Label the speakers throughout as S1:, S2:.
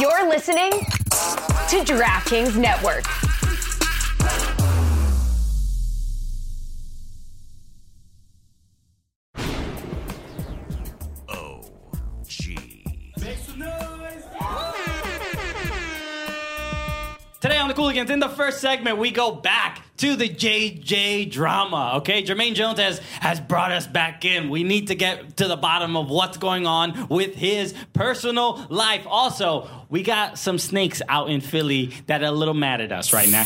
S1: You're listening to DraftKings Network.
S2: OG.
S3: Today on the Cooligans, in the first segment, we go back to the JJ drama. Okay, Jermaine Jones has has brought us back in. We need to get to the bottom of what's going on with his personal life. Also, we got some snakes out in Philly that are a little mad at us right now.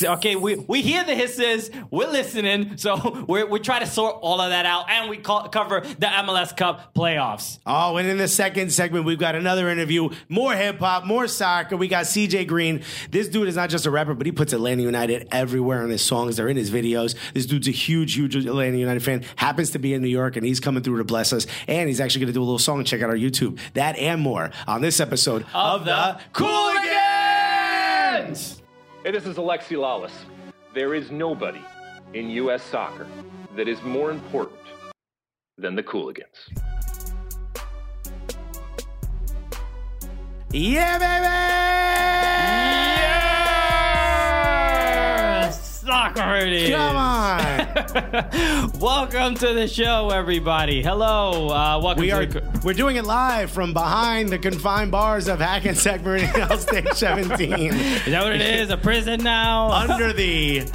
S3: Okay, we, we hear the hisses, we're listening, so we're, we try to sort all of that out, and we co- cover the MLS Cup playoffs.
S4: Oh, and in the second segment, we've got another interview, more hip hop, more soccer. We got CJ Green. This dude is not just a rapper, but he puts Atlanta United everywhere in his songs. They're in his videos. This dude's a huge, huge Atlanta United fan. Happens to be in New York, and he's coming through to bless us. And he's actually going to do a little song. Check out our YouTube. That and more on this episode
S3: Of the
S4: Cooligans.
S5: Hey, this is Alexi Lawless. There is nobody in U.S. soccer that is more important than the Cooligans.
S4: Yeah, baby!
S3: Soccer it is.
S4: Come on.
S3: Welcome to the show, everybody. Hello. Uh, welcome
S4: We
S3: to
S4: are
S3: the-
S4: we're doing it live from behind the confined bars of Hackensack Meridian State 17.
S3: Is that what it is? A prison now?
S4: Under the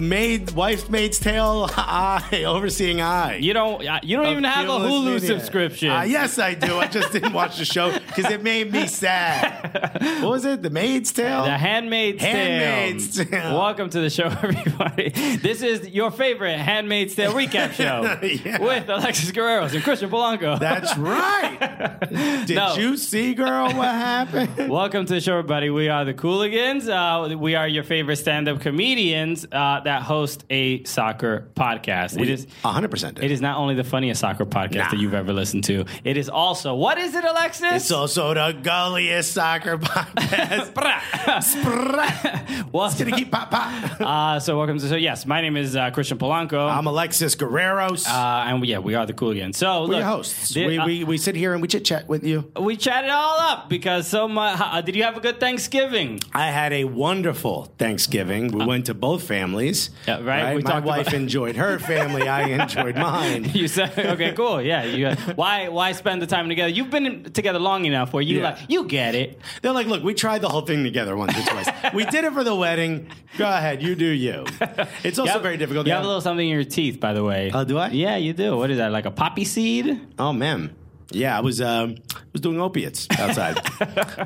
S4: maid wife's maid's tail eye, overseeing eye.
S3: you don't uh, you don't even have a
S4: Fearless
S3: Hulu
S4: Media.
S3: subscription.
S4: Uh, yes, I do. I just didn't watch the show because it made me sad. What was it? The maid's tail?
S3: The Handmaid's,
S4: Handmaid's
S3: Tale.
S4: Tale.
S3: Welcome to the show, everybody. This is your favorite Handmaid's Tale recap show
S4: Yeah.
S3: with Alexis Guerreros and Christian Polanco.
S4: That's right. Did
S3: No.
S4: you see, girl, what happened?
S3: Welcome to the show, everybody. We are the Cooligans. Uh, we are your favorite stand-up comedians uh, that host a soccer podcast. it is
S4: 100% did.
S3: It is not only the funniest soccer podcast
S4: Nah.
S3: that you've ever listened to. It is also what is it, Alexis?
S4: It's also the gulliest soccer podcast. Sprat.
S3: Well-
S4: it's gonna keep pop pop.
S3: uh, so welcome to so yes, my name is uh, Christian Polanco.
S4: I'm Alexis Guerreros.
S3: uh, and we, yeah, we are the Cooligans. So
S4: We're
S3: look,
S4: your hosts.
S3: the-
S4: we,
S3: uh,
S4: we we sit here and we chit chat with you.
S3: we chatted all up because so much. Uh, did you have a good Thanksgiving?
S4: I had a wonderful Thanksgiving. We went to both families.
S3: Yeah, right? We
S4: My
S3: talked
S4: wife
S3: about-
S4: enjoyed her family. I enjoyed mine.
S3: You said okay, cool, yeah. You, why why spend the time together? You've been together long enough where you
S4: Yeah.
S3: like you get it.
S4: They're like, look, we tried the whole thing together once or twice. we did it for the wedding. Go ahead, you do you. It's also
S3: You have-
S4: very difficult.
S3: You have a little something in your teeth, by the way.
S4: Oh, do I?
S3: Yeah, you do. What is that? Like a poppy seed?
S4: Oh man, yeah, I was um, I was doing opiates outside,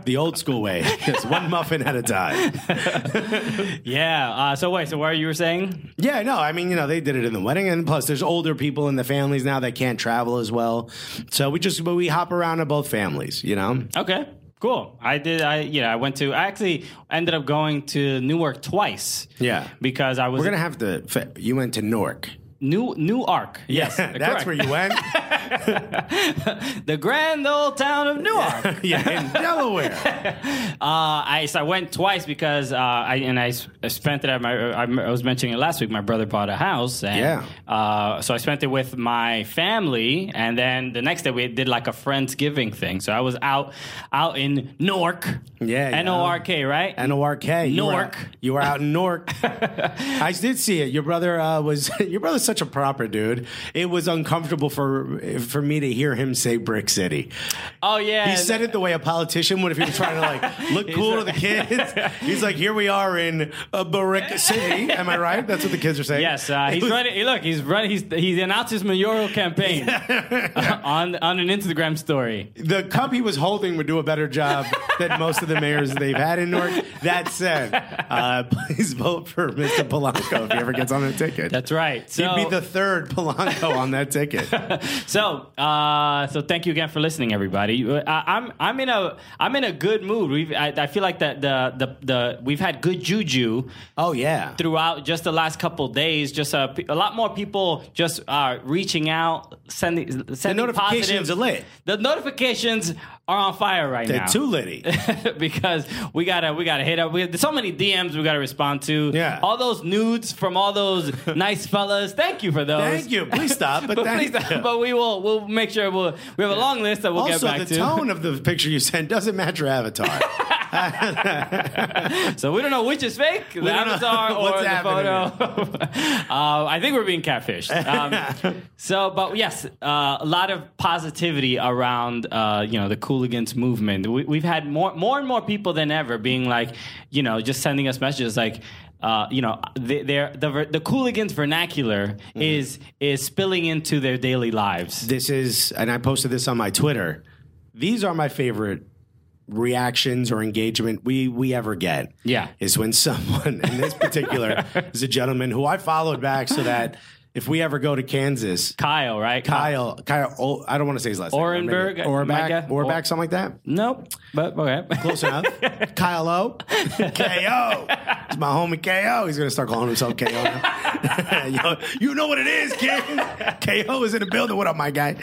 S4: the old school way, just one muffin at a time.
S3: Yeah. Uh, so wait. So what you were saying?
S4: Yeah, no, I mean you know they did it in the wedding, and plus there's older people in the families now that can't travel as well, so we just but we hop around to both families, you know.
S3: Okay, cool. I did. I you know I went to. I actually ended up going to Newark twice.
S4: Yeah.
S3: because I was
S4: We're gonna have to. fit- You went to Newark.
S3: New Newark. Yes,
S4: that's
S3: correct.
S4: where you went.
S3: the grand old town of Newark. uh,
S4: yeah, in Delaware.
S3: I so I went twice because uh, I and I, s- I spent it at my. uh, I, I was mentioning it last week. My brother bought a house. And,
S4: Yeah.
S3: Uh, so I spent it with my family, and then the next day we did like a friendsgiving thing. So I was out out in Newark.
S4: Yeah, yeah.
S3: N O R K, right?
S4: N O R K. You were-
S3: Newark.
S4: You were out in Newark. I did see it. Your brother uh, was. Your brother's such a proper dude. It was uncomfortable for for me to hear him say Brick City.
S3: oh yeah.
S4: He said it the way a politician would if he was trying to like look cool to the kids. He's like, "Here we are in a Brick City." Am I right? That's what the kids are saying.
S3: Yes, uh,
S4: It
S3: he's
S4: was-
S3: running. Look, he's running. He's he's announced his mayoral campaign on on an Instagram story.
S4: the cup he was holding would do a better job than most of the mayors they've had in Newark. That said, uh, please vote for Mr. Polanco if he ever gets on a ticket.
S3: That's right. So,
S4: He'd be the third Polanco on that ticket.
S3: so, uh, so thank you again for listening, everybody. Uh, I, I'm I'm in a I'm in a good mood. We've I, I feel like that the, the the we've had good juju
S4: Oh yeah.
S3: throughout just the last couple days. Just a, a lot more people just uh, reaching out, sending sending
S4: notifications
S3: positive-
S4: are lit.
S3: The notifications are on fire right
S4: They're
S3: now.
S4: too litty.
S3: because we gotta we gotta hit up. We there's so many DMs we gotta respond to.
S4: Yeah.
S3: all those nudes from all those nice fellas. Thank you for those.
S4: Thank you. Please stop. But,
S3: But,
S4: thank
S3: please,
S4: you.
S3: but we will. We'll make sure we'll. We have a long list that we'll get
S4: also,
S3: back
S4: the
S3: to.
S4: tone of the picture you sent doesn't match your avatar.
S3: So we don't know which is fake, the
S4: don't know
S3: avatar or
S4: what's
S3: the photo. uh, I think we're being catfished. Um, so, but yes, uh, a lot of positivity around uh, you know the Cooligans movement. We, we've had more more and more people than ever being like, you know, just sending us messages like. Uh, you know, they, they're, the ver- the Cooligans vernacular
S4: Mm-hmm.
S3: is is spilling into their daily lives.
S4: this is, and I posted this on my Twitter. These are my favorite reactions or engagement we we ever get.
S3: Yeah.
S4: is when someone, in this particular, is a gentleman who I followed back so that if we ever go to Kansas,
S3: Kyle, right?
S4: Kyle, Kyle, oh, I don't want to say his last
S3: Orenberg,
S4: name.
S3: Micah?
S4: Orenberg, Orback,
S3: Or-
S4: Orback, something like that.
S3: Nope, but okay.
S4: Close enough. Kyle O. KO. It's my homie KO. He's going to start calling himself KO now. Yo, you know what it is, kid. KO is in the building. What up, my guy?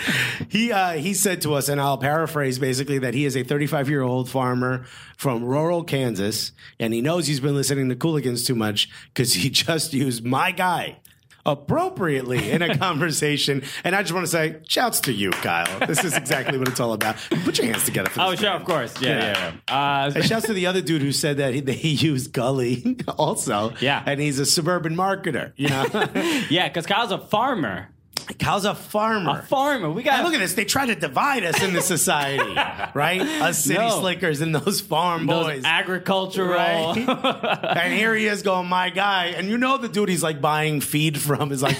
S4: He uh, he said to us, and I'll paraphrase basically, that he is a 35 year old farmer from rural Kansas, and he knows he's been listening to Cooligans too much because he just used my guy. Appropriately in a conversation, and I just want to say, shouts to you, Kyle. This is exactly what it's all about. Put your hands together for this.
S3: Oh, sure,
S4: man.
S3: of course. Yeah, yeah. yeah. Uh,
S4: And shouts to the other dude who said that he, that he used Gully also.
S3: Yeah.
S4: And he's a suburban marketer, you know?
S3: Uh, Yeah, because Kyle's a farmer.
S4: Kyle's a farmer.
S3: A farmer. We
S4: And
S3: got
S4: look at this. They try to divide us in the society, right? Us city
S3: No.
S4: slickers and those farm
S3: those
S4: boys.
S3: agricultural.
S4: Right? and here he is going, my guy. And you know the dude he's like buying feed from is like,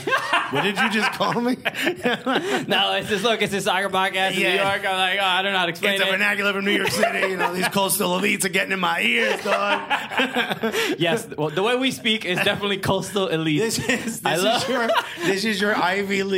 S4: what did you just call me?
S3: no, it's just look, it's this soccer podcast in New
S4: Yeah.
S3: York. I'm like, oh, I don't know how to explain
S4: It's a
S3: it.
S4: vernacular from New York City. You know, these coastal elites are getting in my ears, dog.
S3: yes, well, the way we speak is definitely coastal elite.
S4: This is this
S3: I love-
S4: is your this is your Ivy League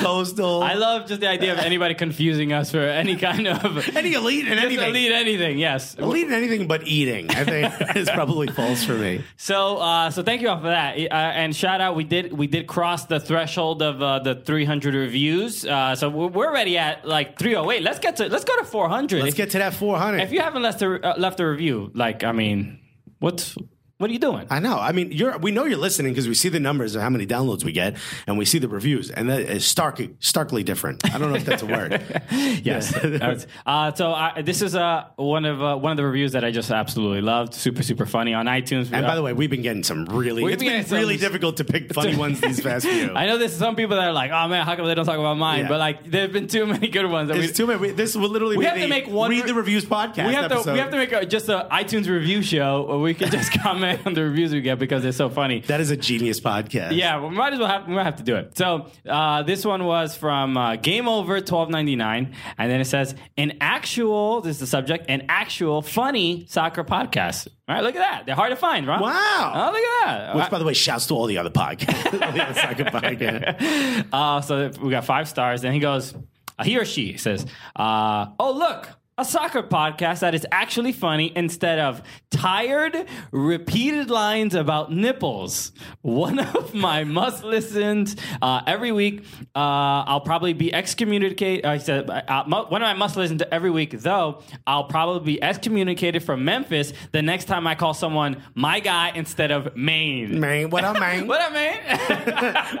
S4: coastal.
S3: I love just the idea of anybody confusing us for any kind of
S4: any elite and
S3: just
S4: anything.
S3: elite anything. Yes.
S4: Elite in anything but eating. I think is probably false for me.
S3: So, uh, so thank you all for that, uh, and shout out. We did we did cross the threshold of uh, the 300 reviews. Uh, so we're, we're already at like 308. Let's get to let's go to 400.
S4: Let's
S3: If-
S4: get to that 400.
S3: If you haven't left a, uh, left a review, like I mean, what's what are you doing?
S4: I know. I mean, you're. We know you're listening because we see the numbers of how many downloads we get, and we see the reviews, and that is stark, starkly different. I don't know if that's a word.
S3: yes. uh, so I, this is uh, one of uh, one of the reviews that I just absolutely loved. Super super funny on iTunes.
S4: And by the way, we've been getting some really.
S3: We've
S4: it's
S3: been
S4: been
S3: getting some-
S4: really difficult to pick funny ones these past few.
S3: I know there's some people that are like, oh man, how come they don't talk about mine?
S4: Yeah.
S3: But like, there've been too many good ones. That we,
S4: It's too many. We- This will literally
S3: We
S4: be
S3: have to
S4: the
S3: make one
S4: read
S3: re-
S4: the reviews podcast.
S3: we have to
S4: episode.
S3: we have to make a, just a iTunes review show where we can just comment on the reviews we get because they're so funny.
S4: That is a genius podcast.
S3: Yeah, we might as well have, we might have to do it. So uh, this one was from uh, Game Over twelve ninety nine, and then it says an actual. This is the subject: an actual funny soccer podcast. All right, look at that. They're hard to find, right?
S4: Wow.
S3: Oh, look at that.
S4: Which, by the way, shouts to all the other podcasts. The other soccer podcast.
S3: Uh, so we got five stars. Then he goes, uh, he or she says, uh, "Oh look." A soccer podcast that is actually funny instead of tired, repeated lines about nipples. One of my must listens uh, every week. Uh, I'll probably be excommunicated. Uh, he said, uh, mu- one of my must listens every week, though. I'll probably be excommunicated from Memphis the next time I call someone my guy instead of Maine.
S4: Man, what up, man?
S3: What up, Maine?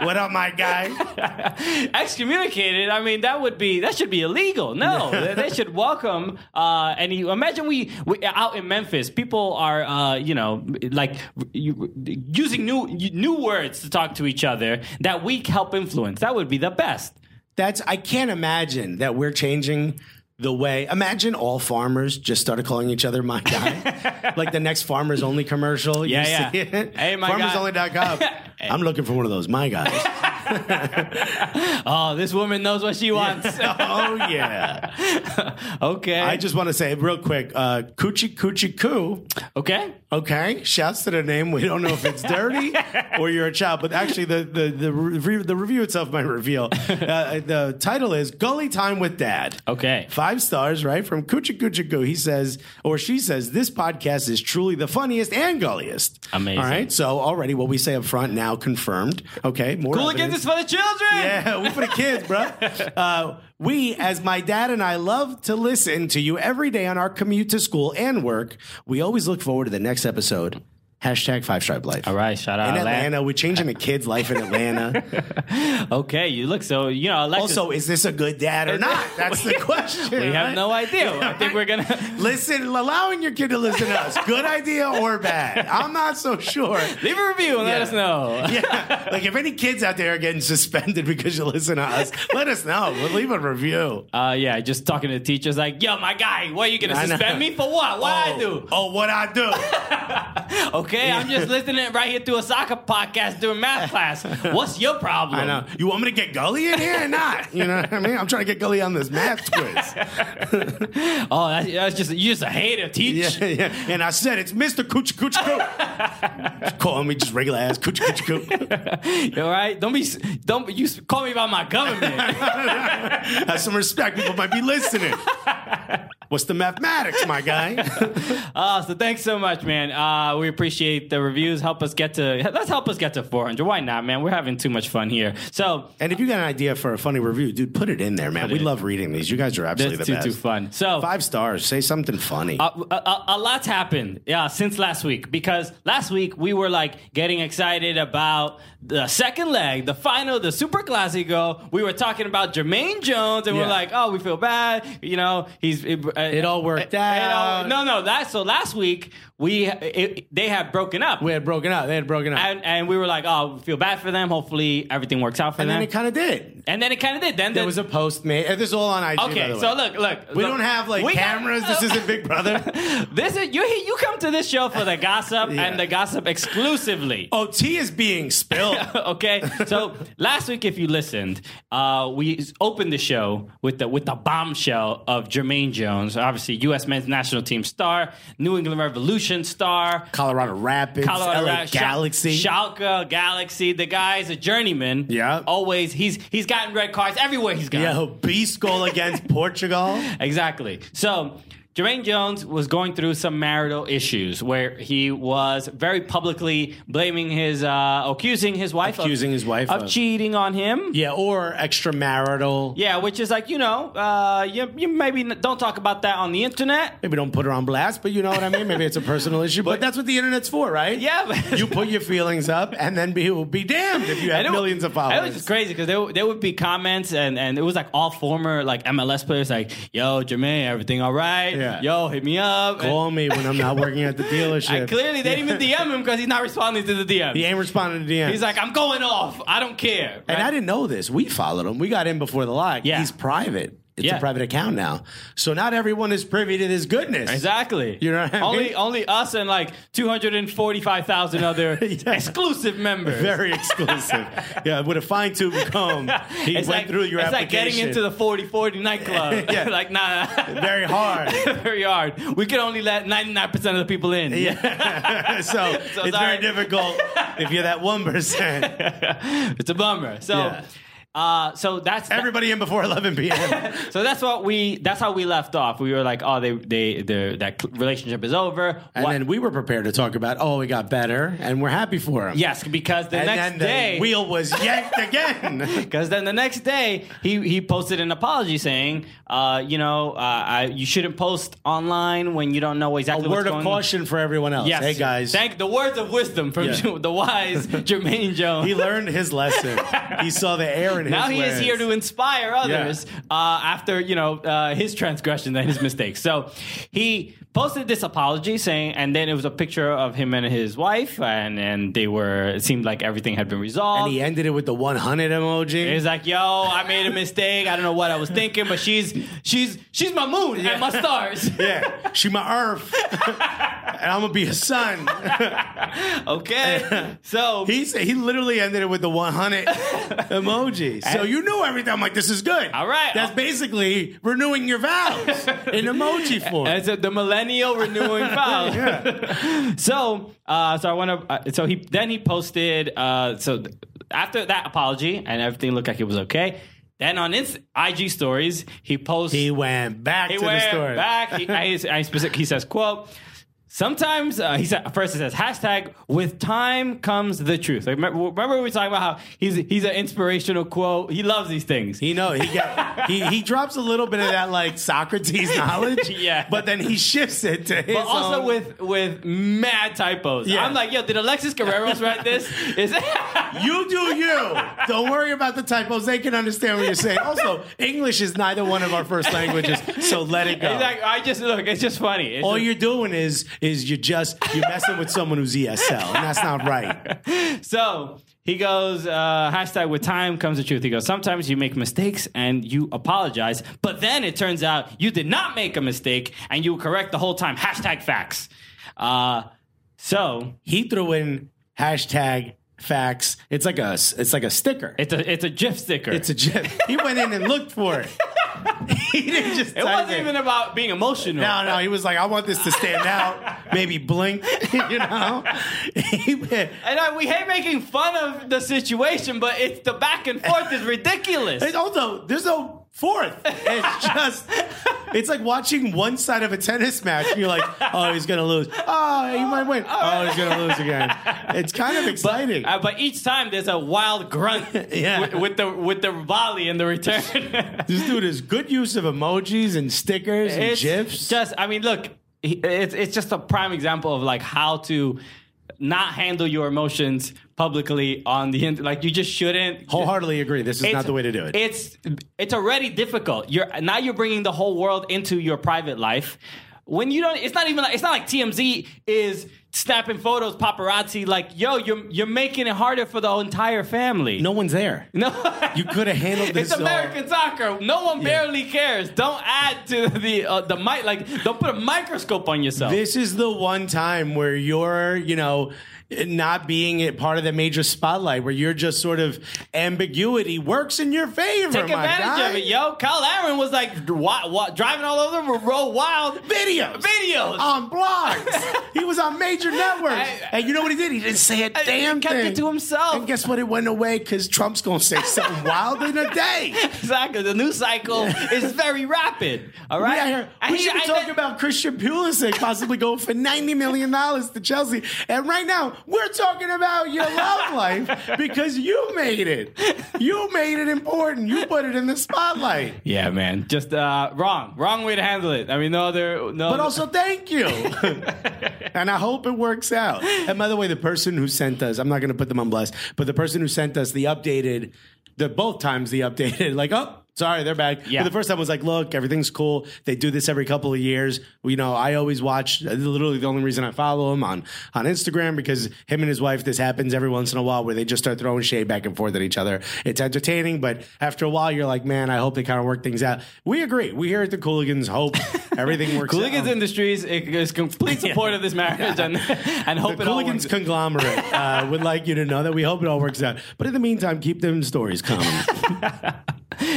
S4: What up, my guy?
S3: excommunicated. I mean, that would be that should be illegal. No, they- they should welcome. Uh, and you imagine we, we out in Memphis, people are uh, you know like you, using new new words to talk to each other that we help influence. That would be the best.
S4: That's I can't imagine that we're changing the way. Imagine all farmers just started calling each other my guy. like the next farmers only commercial. You
S3: Yeah, yeah.
S4: see it?
S3: Hey, my guy.
S4: farmersonly.com. I'm looking for one of those my guys.
S3: Oh, this woman knows what she wants.
S4: oh yeah.
S3: okay,
S4: I just want to say real quick, uh Coochie Coochie Coo.
S3: okay.
S4: Okay, shouts to the name. We don't know if it's dirty or you're a child, but actually, the the the review, the review itself might reveal. Uh, the title is "Gully Time with Dad."
S3: Okay.
S4: five stars, right from Kucha Kucha Goo. He says, or she says, this podcast is truly the funniest and gulliest.
S3: Amazing.
S4: All right, so already what we say up front now confirmed. Okay, more
S3: Cooligans is Games for the children.
S4: Yeah, we for the kids, bro. Uh, we, as my dad and I, love to listen to you every day on our commute to school and work. We always look forward to the next episode. Hashtag Five Stripe Life.
S3: All right, shout out
S4: In
S3: Atlanta.
S4: Atlanta, we're changing a kid's life in Atlanta.
S3: Okay, you look so. You know, Alexis,
S4: also, is this a good dad or not? That's the question.
S3: we have
S4: right?
S3: no idea. I think we're gonna.
S4: Listen, allowing your kid to listen to us, good idea or bad? I'm not so sure.
S3: Leave a review and let
S4: Yeah.
S3: us know.
S4: Yeah, like if any kids out there are getting suspended because you listen to us, let us know. We'll leave a review.
S3: Uh, yeah, just talking to the teachers like, yo, my guy, what are you going to
S4: I know.
S3: suspend me for what? What I do?
S4: Oh, what I do? Oh.
S3: Okay, I'm just listening right here to a soccer podcast during math class. What's your problem?
S4: I know. You want me to get Gully in here or not? You know what I mean? I'm trying to get Gully on this math quiz.
S3: Oh, that's, that's just, you just a hater, teach.
S4: Yeah, yeah. And I said, it's Mr. Coochie Coochie Coo. Just calling me just regular ass Coochie Coochie Coo.
S3: All right? Don't be, s- don't, be- you s- call me by my government.
S4: Have some respect. People might be listening. What's the mathematics, my guy?
S3: uh, so thanks so much, man. Uh, we appreciate the reviews. Help us get to, let's help us get to 400. Why not, man? We're having too much fun here. So,
S4: And if you got an idea for a funny review, dude, put it in there, man.
S3: Put
S4: We
S3: it in.
S4: love reading these. You guys are absolutely
S3: that's
S4: the
S3: too,
S4: best.
S3: too fun. Uh, So,
S4: Five stars. Say something funny.
S3: a, a, a lot's happened yeah since last week because last week we were like getting excited about the second leg the final the super classico we were talking about Jermaine Jones and we're
S4: Yeah.
S3: like oh we feel bad you know he's it, uh,
S4: It all worked
S3: all-
S4: out.
S3: no no that so last week we it, they had broken up
S4: we had broken up. They had broken up.
S3: and, and we were like oh we feel bad for them hopefully everything works out for
S4: and
S3: them
S4: then it kind of did.
S3: and then it kind of did then
S4: There was a post made. and This is all on IG. by
S3: Okay,
S4: the way.
S3: so look, look.
S4: We
S3: look,
S4: don't have like
S3: we got-
S4: cameras. this isn't Big Brother.
S3: This is you. You come to this show for the gossip
S4: Yeah.
S3: and the gossip exclusively.
S4: Oh, tea is being spilled.
S3: Okay, so last week, if you listened, uh, we s- opened the show with the with the bombshell of Jermaine Jones, obviously U.S. men's national team star, New England Revolution star,
S4: Colorado Rapids,
S3: Colorado
S4: LA
S3: Rapids, Schalke-
S4: Galaxy.
S3: Schalke Galaxy. The guy's a journeyman.
S4: Yeah.
S3: always he's he's gotten red cards everywhere he's gone.
S4: yeah, beast goal against Portugal.
S3: Exactly. So Jermaine Jones was going through some marital issues where he was very publicly blaming his, uh, accusing his wife,
S4: Accusing
S3: of,
S4: his wife
S3: of,
S4: of-
S3: cheating on him.
S4: Yeah, or extramarital.
S3: Yeah, which is like you know, uh, you, you maybe n- don't talk about that on the internet.
S4: Maybe don't put her on blast, but you know what I mean. Maybe it's a personal issue, but, that's what the internet's for, right?
S3: Yeah, but-
S4: you put your feelings up, and then be be damned if you have
S3: And it-
S4: millions of
S3: It was
S4: followers.
S3: just crazy because there, there would be comments and, and it was like all former like MLS players like, "Yo, Jermaine, everything all right?
S4: Yeah.
S3: Yo, hit me up." And-
S4: Call me when I'm not working at the dealership.
S3: and clearly, they didn't even DM him because he's not responding to the DM.
S4: he ain't responding to DMs.
S3: He's like, "I'm going off. I don't care."
S4: And
S3: right?
S4: I didn't know this. We followed him. We got in before the lock.
S3: Yeah.
S4: He's private. It's
S3: Yeah.
S4: a private account now. So not everyone is privy to this goodness.
S3: Exactly.
S4: You know what I
S3: only
S4: mean?
S3: only us and like two hundred and forty five thousand other
S4: Yeah.
S3: exclusive members.
S4: Very exclusive. yeah, with a fine tooth comb. He
S3: it's
S4: went
S3: like,
S4: through your
S3: it's like
S4: application.
S3: getting into the 4040 nightclub.
S4: Yeah.
S3: like, nah.
S4: very hard.
S3: Very hard. We could only let 99% of the people in.
S4: Yeah. so, it's
S3: sorry.
S4: very difficult if you're that 1%.
S3: It's a bummer. So
S4: Yeah.
S3: uh so that's
S4: Everybody in before 11 p.m.
S3: so that's what we that's how we left off. We were like, oh they they their that cl- relationship is over.
S4: And
S3: What-
S4: then we were prepared to talk about, oh, it got better, and we're happy for him.
S3: yes, because the
S4: And
S3: next
S4: then the
S3: day
S4: wheel was yanked again.
S3: Because then the next day, he, he posted an apology saying, uh, you know, uh, I, you shouldn't post online when you don't know
S4: a
S3: exactly what's
S4: word
S3: going
S4: of caution for everyone else.
S3: On. Yes.
S4: Hey, guys.
S3: Thank the words of wisdom from
S4: Yeah.
S3: the wise Jermaine Jones.
S4: He learned his lesson. he saw the error in his
S3: now he is
S4: ways.
S3: here to inspire others uh, after you know uh, his transgressions and his mistakes. So he posted this apology saying, and then it was a picture of him and his wife, and and they were it seemed like everything had been resolved.
S4: And he ended it with the 100 emoji.
S3: It's like, yo, I made a mistake. I don't know what I was thinking, but she's she's she's my moon and my stars.
S4: yeah, she my earth, and I'm gonna be his son.
S3: Okay. So
S4: He said he literally ended it with the 100 emoji. So you knew everything. I'm like, this is good.
S3: All right.
S4: that's basically renewing your vows in emoji form.
S3: as a, the millennial renewing vow. So, uh, so I want to. Uh, so he then he posted. Uh, so th- after that apology and everything looked like it was okay. Then on Inst- IG stories, he posts.
S4: he went back
S3: he
S4: to
S3: went
S4: the story.
S3: back. He, I, I specific, he says, "quote Sometimes uh, he said first it says hashtag with time comes the truth. Like, remember, remember we were talking about how he's he's an inspirational quote. He loves these things.
S4: He know he got he he drops a little bit of that like Socrates knowledge,
S3: Yeah.
S4: But then he shifts it to his
S3: but also
S4: own-
S3: with with mad typos.
S4: Yeah.
S3: I'm like, yo, did Alexis Guerrero's write this? Is
S4: you do you. Don't worry about the typos; they can understand what you're saying. Also, English is neither one of our first languages, so let it go.
S3: He's like, I just look. It's just funny. It's
S4: All
S3: just-
S4: you're doing is is you're just you're messing with someone who's ESL, and that's not right.
S3: so he goes uh, hashtag with time comes the truth. He goes sometimes you make mistakes and you apologize, but then it turns out you did not make a mistake and you were correct the whole time. Hashtag facts. Uh, so
S4: He threw in hashtag facts. It's like a it's like a sticker.
S3: it's a it's a GIF sticker.
S4: It's a gif. He went in and looked for it. he didn't just.
S3: it
S4: type
S3: wasn't even about being emotional.
S4: No, no, he was like, I want this to stand out. Maybe blink, you know. He went-
S3: And I, we hate making fun of the situation, but it's the back and forth is ridiculous.
S4: and also, there's no fourth. It's just, it's like watching one side of a tennis match. And you're like, oh, he's gonna lose. Oh, he might win. Oh, he's gonna lose again. It's kind of exciting.
S3: Uh, but each time there's a wild grunt
S4: Yeah.
S3: with, with the with the volley in the return.
S4: this dude is good use of emojis and stickers and
S3: it's
S4: gifs.
S3: just I mean, look, he- it's it's just a prime example of like how to not handle your emotions publicly on the internet. Like you just shouldn't.
S4: Wholeheartedly agree. This is not the way to do it.
S3: It's it's already difficult. You're now you're bringing the whole world into your private life. When you don't, it's not even like it's not like TMZ is snapping photos, paparazzi. Like, yo, you're you're making it harder for the entire family.
S4: no one's there.
S3: no,
S4: You could have handled this.
S3: it's
S4: all.
S3: American soccer. No one barely cares. Don't add to the uh, the mic. Like, don't put a microscope on yourself.
S4: This is the one time where you're, you know, not being a part of the major spotlight, where you're just sort of ambiguity works in your favor.
S3: Take
S4: my
S3: advantage
S4: guy.
S3: of it, yo. Kyle Aaron was like wa- wa- driving all over the road wild.
S4: Videos,
S3: Videos.
S4: on blogs. he was on major networks,
S3: I-
S4: and you know what he did? He didn't say a
S3: I- he
S4: damn
S3: kept
S4: thing.
S3: it to himself.
S4: And guess what? It went away because Trump's gonna say something wild in a day.
S3: Exactly. The news cycle is very rapid. All
S4: Right
S3: right.
S4: here,
S3: I
S4: we
S3: hate-
S4: should be
S3: I-
S4: talking about Christian Pulisic possibly going for ninety million dollars to Chelsea, and right now we're talking about your love life because you made it. You made it important. You put it in the spotlight.
S3: Yeah, man. Just uh, wrong, wrong way to handle it. I mean, no other, no.
S4: But also, thank you. and I hope it works out. And by the way, the person who sent us, I'm not going to put them on blast, but the person who sent us the updated, the both times the updated, like, oh, sorry, they're back.
S3: Yeah.
S4: But the first time was like, look, everything's cool. They do this every couple of years. You know, I always watch, uh, literally the only reason I follow him on, on Instagram because him and his wife, this happens every once in a while where they just start throwing shade back and forth at each other. It's entertaining, but after a while, you're like, man, I hope they kind of work things out. We agree. We here at the Cooligans hope everything works out.
S3: Cooligans Industries is complete support of this marriage and and hope
S4: the
S3: it all
S4: Cooligans
S3: works.
S4: conglomerate uh, would like you to know that we hope it all works out. But in the meantime, keep them stories coming.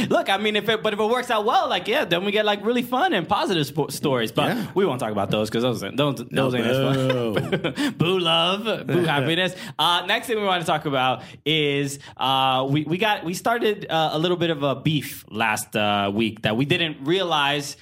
S3: Look, I mean, if it but if it works out well, like yeah, then we get like really fun and positive spo- stories. But
S4: Yeah.
S3: we won't talk about those because those ain't- those, those ain't
S4: Oh.
S3: as fun. boo love, boo happiness. Uh, next thing we want to talk about is uh, we we got we started uh, a little bit of a beef last uh, week that we didn't realize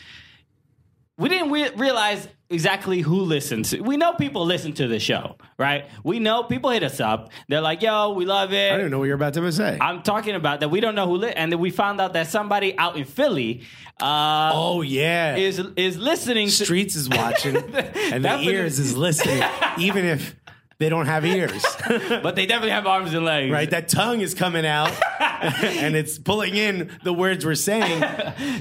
S3: we didn't re- realize exactly who listens. We know people listen to the show, right? We know people hit us up. They're like, "Yo, we love it."
S4: I don't know what you're about to say.
S3: I'm talking about that we don't know who lit, and then we found out that somebody out in Philly uh,
S4: oh yeah,
S3: is is listening. To,
S4: streets is watching, and the
S3: That's what
S4: ears
S3: it-
S4: is listening, even if they don't have ears.
S3: but they definitely have arms and legs,
S4: Right, that tongue is coming out, and it's pulling in the words we're saying.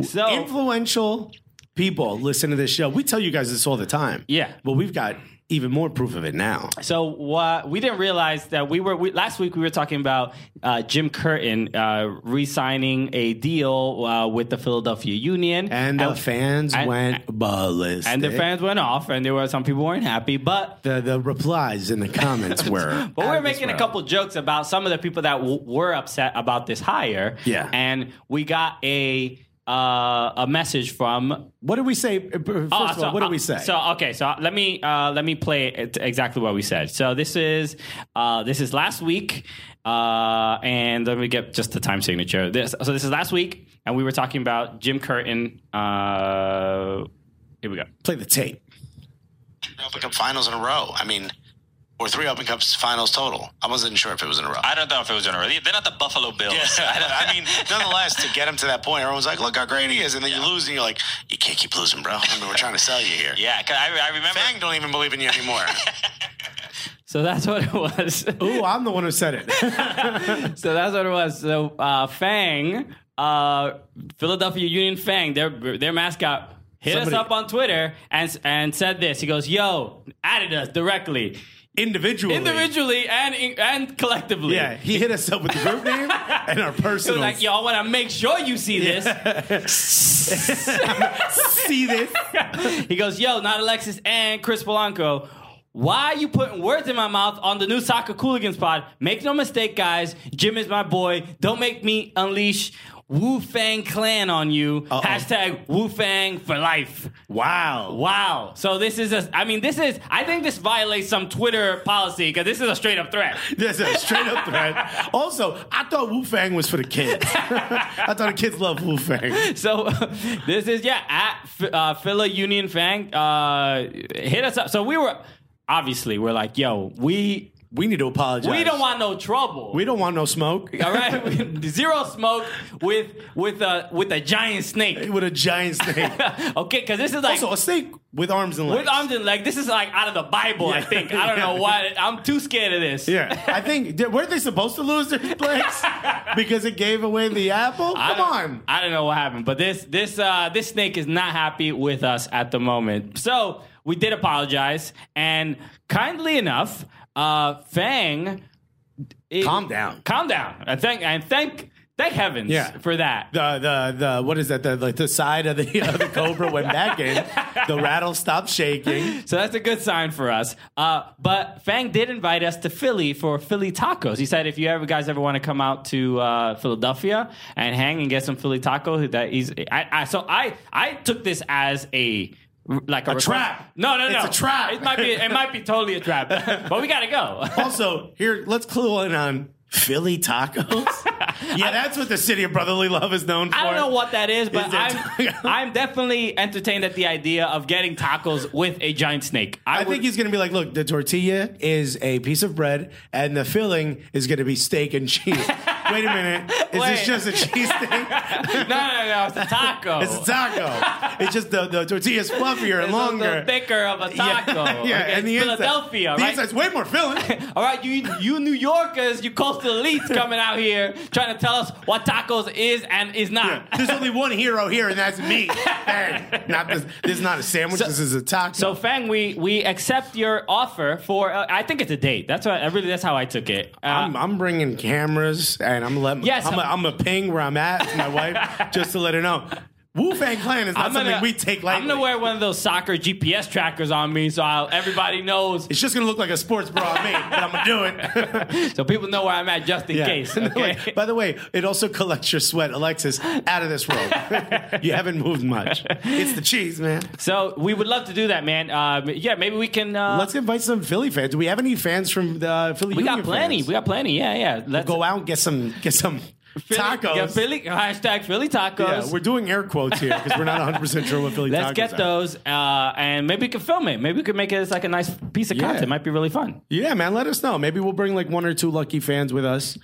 S3: So
S4: Influential people listen to this show. We tell you guys this all the time.
S3: Yeah.
S4: but we've got even more proof of it now.
S3: So what we didn't realize that we were we, last week we were talking about uh, Jim Curtin uh, re-signing a deal uh, with the Philadelphia Union,
S4: And the fans
S3: and-
S4: went ballistic.
S3: and the fans went off, and there were some people weren't happy, but.
S4: The, the replies in the comments were.
S3: But we
S4: out
S3: were
S4: of this
S3: making a
S4: world.
S3: couple jokes about some of the people that w- were upset about this hire.
S4: Yeah.
S3: and we got a uh, a message from
S4: What did we say? First of all,
S3: so,
S4: what did
S3: uh,
S4: we say?
S3: So okay, so let me uh, let me play it exactly what we said. So this is uh, this is last week, uh, and let me get just the time signature. This so this is last week, and we were talking about Jim Curtin. Uh, here we go.
S4: Play the tape.
S6: Open Cup finals in a row. I mean, or three Open Cups finals total. I wasn't sure if it was in a row.
S7: I don't know if it was in a row. They're not the Buffalo Bills.
S6: Yeah,
S7: I don't-
S6: I mean, nonetheless, to get him to that point, everyone's like, "Look how great he is," and then you lose, and you're like, "You can't keep losing, bro. I mean, we're trying to sell you here."
S7: yeah, 'cause I, I remember.
S6: Fang don't even believe in you anymore.
S3: So that's what it was.
S4: Ooh, I'm the one who said it.
S3: so that's what it was. So uh, Fang, uh, Philadelphia Union Fang, their their mascot, hit
S4: Somebody-
S3: us up on Twitter and and said this. He goes, "Yo, added us directly,
S4: Individually.
S3: individually and and collectively."
S4: Yeah, he hit us up with the group name and our
S3: He was
S4: personal.
S3: like, "Yo, I want to make sure you see this."
S4: see this?
S3: he goes, "Yo, not Alexis and Chris Polanco." Why you putting words in my mouth on the new Soccer Cooligans pod? Make no mistake, guys. Jim is my boy. Don't make me unleash Wu Fang Clan on you.
S4: Uh-oh.
S3: Hashtag Wu Fang for life.
S4: Wow.
S3: Wow. So this is a. I mean, this is. I think this violates some Twitter policy because this is a straight up threat.
S4: That's a straight up threat. Also, I thought Wu Fang was for the kids. I thought the kids love Wu Fang.
S3: So this is yeah at Ph- uh, Phila Union Fang. Uh, hit us up. So we were obviously we're like, yo, we
S4: We need to apologize.
S3: we don't want no trouble.
S4: We don't want no smoke.
S3: all right, zero smoke with with a with a giant snake.
S4: With a giant snake.
S3: Okay, because this is like
S4: Also, a snake with arms and legs.
S3: with arms and legs. This is like out of the Bible. I
S4: Yeah.
S3: think I don't know why. I'm too scared of this.
S4: Yeah, I think did- weren't they supposed to lose their legs because it gave away the apple?
S3: I
S4: Come
S3: don't-
S4: on.
S3: I don't know what happened, but this this uh, this snake is not happy with us at the moment. So we did apologize, and kindly enough, uh, Fang, it-
S4: Calm down.
S3: calm down. I thank and thank thank heavens
S4: Yeah.
S3: for that.
S4: The the the what is that? The like the side of the, of the cobra went back in. The rattle stopped shaking.
S3: so that's a good sign for us. Uh, but Fang did invite us to Philly for Philly tacos. He said if you ever guys ever want to come out to uh, Philadelphia and hang and get some Philly taco, that he's I, I so I I took this as a like a, request-
S4: trap.
S3: No, no, no.
S4: It's a trap.
S3: It might be. It might be totally a trap. but we gotta go.
S4: Also, here let's clue in on Philly tacos. Yeah, that's what the city of brotherly love is known for.
S3: I don't know what that is, but
S4: Is there
S3: I'm,
S4: taco?
S3: I'm definitely entertained at the idea of getting tacos with a giant snake.
S4: I,
S3: would-
S4: think he's going to be like, look, the tortilla is a piece of bread, and the filling is going to be steak and cheese. Wait a minute, is
S3: Wait.
S4: this just a cheese thing?
S3: no, no, no. It's a taco.
S4: It's a taco. it's just the, the tortilla is fluffier and
S3: It's also
S4: longer.
S3: thicker of a taco.
S4: Yeah, yeah.
S3: Okay,
S4: and the inside-
S3: Philadelphia,
S4: The
S3: right?
S4: inside's way more filling.
S3: All right, you you New Yorkers, you coastal elites coming out here trying to tell us what tacos is and is not.
S4: There's only one hero here, and that's me. Bang. Not this. This is not a sandwich. this is a taco.
S3: So uh, Fang, we we accept your offer for uh, I think it's a date. That's what I really that's how I took it. Uh,
S4: I'm, I'm bringing cameras, and I'm letting.
S3: Yes, uh,
S4: I'm. a- I'm a ping where I'm at to my wife, just to let her know. Wu Fang Clan is not something we take lightly.
S3: I'm gonna wear one of those soccer GPS trackers on me, so I'll, everybody knows,
S4: It's just gonna look like a sports bra on me, but I'm gonna do it.
S3: so people know where I'm at just in
S4: Yeah.
S3: case.
S4: And they're
S3: Okay?
S4: like, By the way, it also collects your sweat, Alexis, out of this world. you haven't moved much. It's the cheese, man.
S3: so we would love to do that, man. Uh, yeah, maybe we can. Uh,
S4: Let's invite some Philly fans. Do we have any fans from the uh, Philly?
S3: we got
S4: Union
S3: plenty.
S4: fans?
S3: We got plenty. Yeah, yeah. Let's
S4: go out and get some get some
S3: Philly-
S4: tacos.
S3: Yeah, Philly, hashtag Philly tacos.
S4: Yeah, we're doing air quotes here because we're not 100 percent sure what Philly.
S3: Let's
S4: tacos
S3: get
S4: are.
S3: those, uh, and maybe we can film it. Maybe we could make it as like a nice piece of
S4: Yeah.
S3: content. Might be really fun.
S4: Yeah, man. Let us know. Maybe we'll bring like one or two lucky fans with us.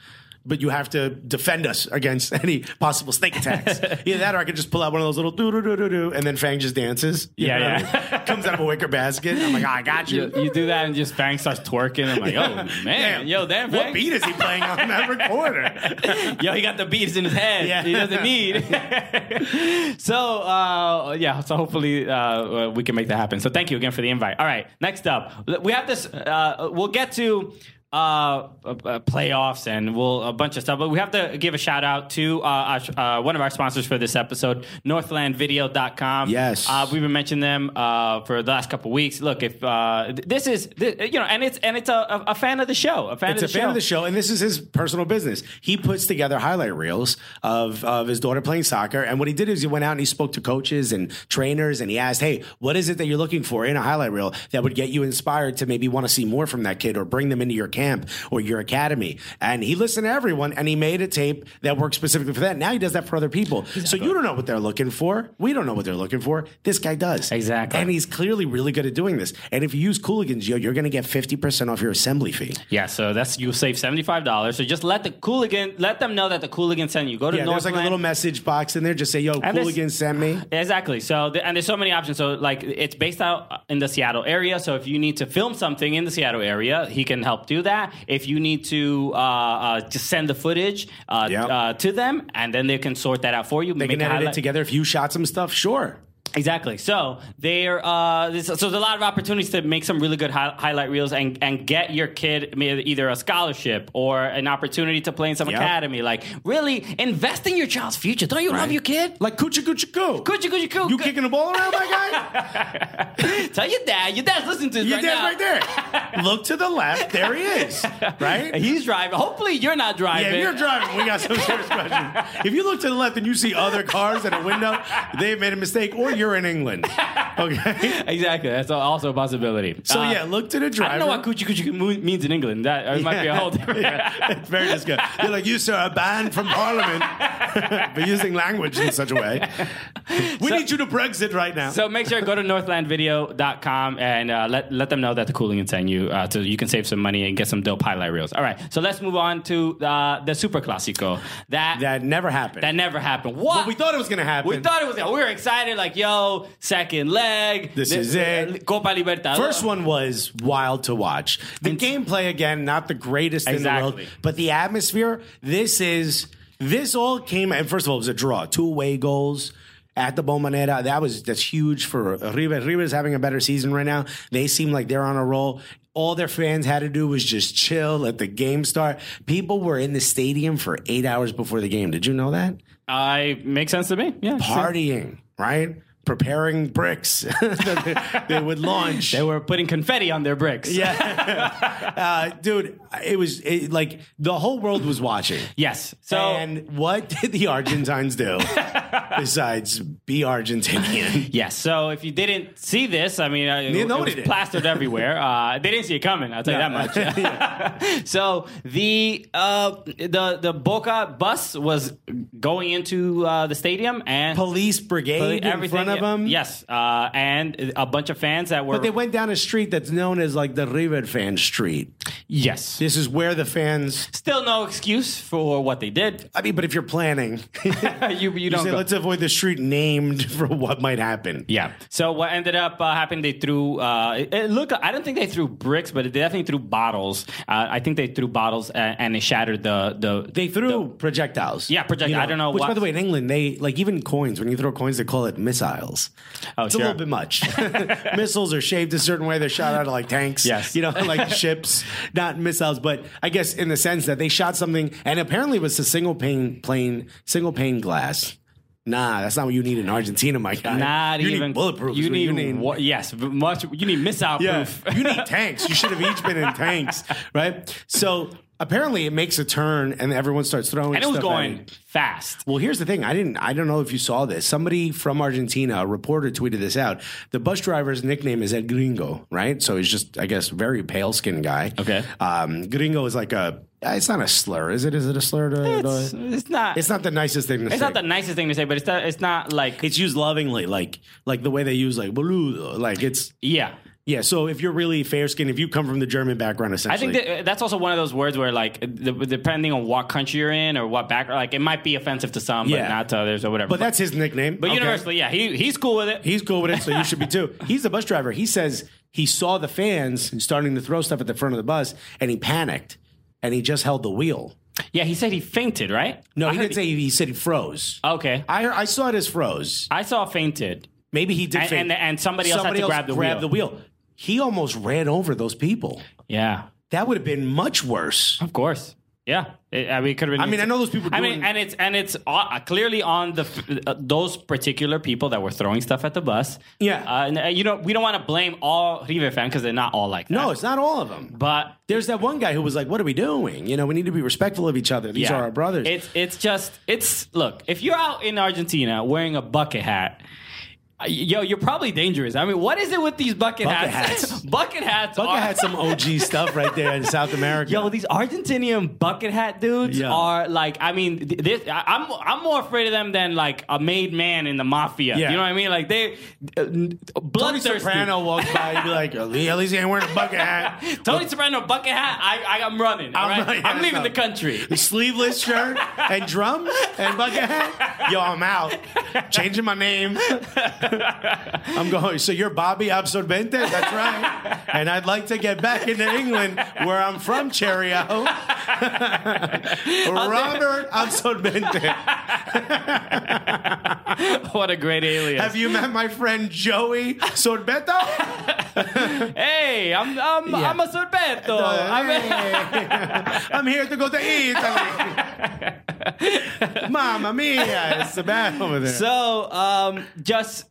S4: But you have to defend us against any possible snake attacks. Either that, or I could just pull out one of those little doo doo doo doo doo, and then Fang just dances. You
S3: Yeah,
S4: know what
S3: yeah.
S4: I mean? Comes out of a wicker basket. I'm like, "Ah, I got you.
S3: You, you do that, and just Fang starts twerking. I'm like, oh man, yo, damn,
S4: What
S3: Fang.
S4: beat is he playing on that recorder?
S3: Yo, he got the beats in his head.
S4: Yeah.
S3: He doesn't need. so, uh, yeah, so hopefully uh, we can make that happen. So, thank you again for the invite. All right, next up, we have this, uh, we'll get to. Uh, uh, playoffs and we'll a bunch of stuff, but we have to give a shout out to uh, our, uh, one of our sponsors for this episode, NorthlandVideo.com.
S4: Yes.
S3: uh, we've been mentioning them uh, for the last couple weeks. Look, if uh, th- this is th- you know, and it's and it's a, a, a fan of the show, a fan
S4: It's a
S3: of the
S4: fan
S3: show.
S4: of the show, and this is his personal business. He puts together highlight reels of, of his daughter playing soccer. And what he did is he went out and he spoke to coaches and trainers and he asked, Hey, what is it that you're looking for in a highlight reel that would get you inspired to maybe want to see more from that kid or bring them into your camp or your academy. And he listened to everyone and he made a tape that worked specifically for that. Now he does that for other people. So you don't know what they're looking for. We don't know what they're looking for. This guy does.
S8: Exactly.
S4: And he's clearly really good at doing this. And if you use Cooligans, yo, you're going to get 50% off your assembly fee.
S3: Yeah, so that's you save seventy five dollars. So just let the Cooligan let them know that the Cooligan sent you. Go to
S4: Yeah, there's
S3: Northland.
S4: like a little message box in there. Just say, yo,
S3: And there's-
S4: Cooligans sent me.
S3: Exactly. So the, and there's so many options. So like it's based out in the Seattle area. So if you need to film something in the Seattle area, he can help do that. If you need to uh, uh, just send the footage uh,
S4: Yep.
S3: uh, to them, and then they can sort that out for you.
S4: They can
S3: a
S4: edit it
S3: highlight-
S4: together. If you shot some stuff, sure.
S3: Exactly. So there, uh, this, so there's a lot of opportunities to make some really good hi- highlight reels and, and get your kid I mean, either a scholarship or an opportunity to play in some
S4: Yep.
S3: academy. Like really invest in your child's future. Don't you love your kid?
S4: Like coochie coochie coo.
S3: Coochie coochie coo.
S4: You
S3: Good-
S4: kicking the ball around, my guy?
S3: Tell your dad. Your dad's listening to this
S4: Your
S3: right
S4: dad's
S3: now.
S4: right there. Look to the left. There he is. Right?
S3: He's driving. Hopefully you're not
S4: yeah,
S3: driving.
S4: if you're driving, we got some serious questions. If you look to the left and you see other cars at a window, they've made a mistake, or you're in England. Okay.
S3: Exactly. That's also a possibility.
S4: So
S3: Uh,
S4: yeah, look to the driver.
S3: I don't know what coochie coochie coo mo- means in England. That uh, might be a whole different.
S4: Yeah, it's very disgusting. You're like, you sir are banned from Parliament for using language in such a way. We need you to Brexit right now.
S3: So make sure to go to northlandvideo.com and uh, let, let them know that the cooling is sent you uh, so you can save some money and get some dope highlight reels. All right, so let's move on to uh, the Super Classico. That, that
S4: that never happened.
S3: never happened. What?
S4: But we thought it was gonna happen.
S3: We thought it was. We were excited, like, yo, second leg. uh,
S4: This is it.
S3: Copa Libertadores.
S4: First one was wild to watch. The gameplay again, not the greatest in the
S3: Exactly.
S4: world, but the atmosphere. This is this all came. And first of all, it was a draw, two away goals at the Bombonera. That was that's huge for River. River is having a better season right now. They seem like they're on a roll. All their fans had to do was just chill, let the game start. People were in the stadium for eight hours before the game. Did you know that?
S3: I makes sense to me. Yeah.
S4: Partying, right? Preparing bricks that they- they would launch.
S3: They were putting confetti on their bricks.
S4: uh, dude, it was it, like the whole world was watching.
S3: Yes. So
S4: and what did the Argentines do besides be Argentinian?
S3: Yes. So if you didn't see this, I mean, uh, it, it
S4: nobody
S3: was
S4: did.
S3: plastered everywhere. Uh, they didn't see it coming. I'll tell
S4: No.
S3: you that much. so the uh, the the Boca bus was going into uh, the stadium and
S4: Police brigade in front of them.
S3: Yes, uh, and a bunch of fans that were.
S4: But they went down a street that's known as like the River fan street.
S3: yes.
S4: This is where the fans.
S3: Still no excuse for what they did.
S4: I mean, but if you're planning,
S3: you you
S4: you
S3: don't
S4: say
S3: go.
S4: let's avoid the street named for what might happen.
S3: Yeah. So what ended up uh, happening? They threw. Uh, it, it looked. I don't think they threw bricks, but they definitely threw bottles. Uh, I think they threw bottles and, and they shattered the the.
S4: They threw projectiles.
S3: Yeah, project- I don't know
S4: Which,
S3: what-
S4: by the way, in England, they like even coins. When you throw coins, they call it missiles.
S3: Oh,
S4: it's a
S3: sure.
S4: little bit much. missiles are shaped a certain way. They're shot out of like tanks.
S3: Yes.
S4: you know, like ships, not missiles. But I guess in the sense that they shot something, and apparently it was a single pane plane, single pane glass. Nah, that's not what you need in Argentina, my guy.
S3: Not
S4: you
S3: even
S4: need bulletproof.
S3: You
S4: is what
S3: need, wa- yes, v- much. You need missile proof.
S4: you need tanks. You should have each been in tanks, right? So apparently, it makes a turn, and everyone starts throwing.
S3: and it was
S4: stuff at
S3: going
S4: it.
S3: fast.
S4: Well, here's the thing. I didn't. I don't know if you saw this. Somebody from Argentina, a reporter, tweeted this out. The bus driver's nickname is El Gringo, right? So he's just, I guess, very pale skinned guy.
S3: Okay.
S4: Um, Gringo is like a. uh, It's not a slur, is it? Is it a slur? To,
S3: It's,
S4: to-
S3: it's not.
S4: it's not the nicest thing to
S3: It's
S4: say.
S3: not the nicest thing to say, but it's not. It's not like.
S4: it's used lovingly, like like the way they use like boludo. Like it's
S3: yeah.
S4: yeah. So if you're really fair skinned, if you come from the German background,
S3: I
S4: essentially,
S3: think that, uh, that's also one of those words where, like, the, depending on what country you're in or what background, like, it might be offensive to some,
S4: Yeah.
S3: but not to others or whatever.
S4: But that's his nickname.
S3: but
S4: Okay.
S3: universally, yeah, he he's cool with it.
S4: He's cool with it, so you should be too. He's the bus driver. He says he saw the fans starting to throw stuff at the front of the bus, and he panicked, and he just held the wheel.
S3: Yeah, he said he fainted, right?
S4: No,
S3: I
S4: he
S3: heard
S4: didn't say. He said he froze.
S3: Okay, I,
S4: I heard, I saw it as froze.
S3: saw fainted.
S4: Maybe he did.
S3: And-
S4: faint.
S3: and- and somebody else had to grab the wheel.
S4: the wheel. He almost ran over those people.
S3: Yeah,
S4: That would have been much worse.
S3: of course. Yeah, It- I mean, could have been.
S4: I mean, I know those people
S3: I
S4: doing-
S3: mean, and it's and it's uh, clearly on the f- uh, those particular people that were throwing stuff at the bus.
S4: Yeah.
S3: uh, and, uh, you know, we don't want to blame all River fans because they're not all like that.
S4: No, it's not all of them.
S3: but
S4: There's that one guy who was like, "What are we doing? You know, we need to be respectful of each other. These
S3: yeah.
S4: are our brothers."
S3: It's it's just it's look. If you're out in Argentina wearing a bucket hat, Uh, Yo, you're probably dangerous. I mean, what is it with these bucket,
S4: Bucket
S3: hats?
S4: hats.
S3: bucket hats.
S4: Bucket
S3: are-
S4: had some OG stuff right there in South America.
S3: Yo, these Argentinian bucket hat dudes
S4: Yeah.
S3: are like, I mean, th- this, I- I'm I'm more afraid of them than like a made man in the mafia.
S4: Yeah.
S3: You know what I mean? Like they, uh, n-
S4: Tony
S3: bloodthirsty.
S4: Soprano walks by, you'd be like, at least he ain't wearing a bucket hat.
S3: Tony Soprano bucket hat. I, I I'm running.
S4: I'm
S3: all right? I'm,
S4: running, yeah,
S3: leaving
S4: so-
S3: the country.
S4: Sleeveless shirt and drum and bucket hat. Yo, I'm out. Changing my name. I'm going. So you're Bobby Absorbente? That's right. And I'd like to get back into England, where I'm from, Cheerio. Robert Absorbente.
S3: what a great alias.
S4: Have you met my friend Joey Sorbeto?
S3: hey, I'm I'm
S4: Yeah.
S3: I'm a sorbeto. I'm a-
S4: Hey. I'm here to go to Italy. Mamma mia, it's the bad over there.
S3: So, um, just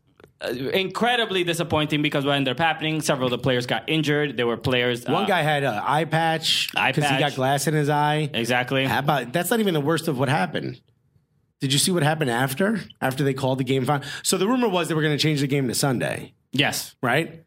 S3: uh, incredibly disappointing because what ended up happening, several of the players got injured. There were players.
S4: One
S3: uh,
S4: guy had an eye patch
S3: Eye
S4: because he
S3: patch.
S4: got glass in his eye.
S3: Exactly.
S4: How about that's not even the worst of what happened. Did you see what happened after? After they called the game final. So the rumor was they were going to change the game to Sunday,
S3: Yes.
S4: right?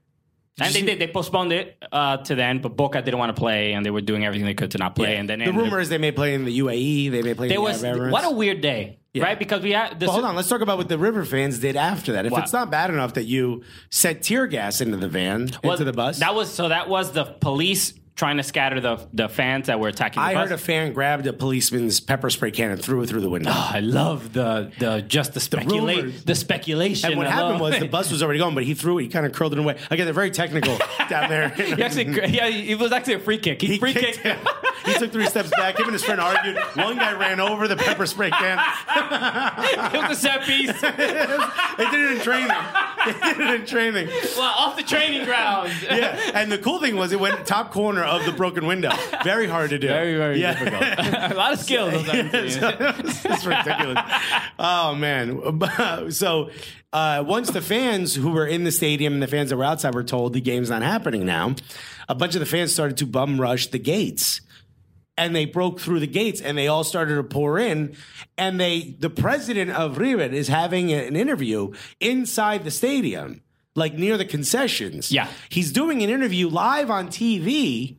S3: And they did. They postponed it uh, to then, but Boca didn't want to play, and they were doing everything they could to not play. And then
S4: the rumor is they may play in the UAE. They may play.
S3: there
S4: in the
S3: was
S4: Arab Emirates.
S3: what a weird day,
S4: Yeah.
S3: right? Because we had this.
S4: But hold on, let's talk about what the River fans did after that. If
S3: What?
S4: it's not bad enough that you set tear gas into the van,
S3: well,
S4: into the bus,
S3: That was so. That was the police trying to scatter the the fans that were attacking. The
S4: I
S3: bus.
S4: heard a fan grabbed a policeman's pepper spray can and threw it through the window.
S3: I love the the just the speculation.
S4: rumors.
S3: The, speculation.
S4: and what
S3: of,
S4: happened
S3: uh,
S4: was the bus was already going, but he threw it. He kind of curled it away. Again, they're very technical down there.
S3: He actually, yeah, it was actually a free kick. He, free
S4: kicked
S3: kicked.
S4: him. He took three steps back. Him and his friend argued. One guy ran over the pepper spray can.
S3: It was a set piece.
S4: They did it in training. They did it in training.
S3: well, off the training ground.
S4: Yeah. And the cool thing was it went top corner of the broken window. Very hard to do.
S3: Very, very
S4: Yeah.
S3: difficult. a lot of skills. those Argentinians.
S4: it's ridiculous. Oh man! so uh, once the fans who were in the stadium and the fans that were outside were told the game's not happening now, a bunch of the fans started to bum rush the gates, and they broke through the gates and they all started to pour in. And they, the president of River is having an interview inside the stadium, like near the concessions.
S3: Yeah.
S4: he's doing an interview live on TV.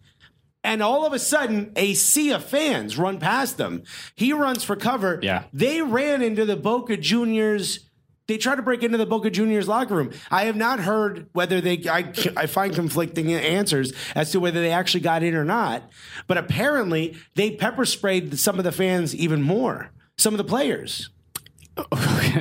S4: And all of a sudden, a sea of fans run past them. He runs for cover.
S3: Yeah.
S4: They ran into the Boca Juniors. They tried to break into the Boca Juniors locker room. I have not heard whether they, I, I find conflicting answers as to whether they actually got in or not. But apparently, they pepper sprayed some of the fans even more, some of the players.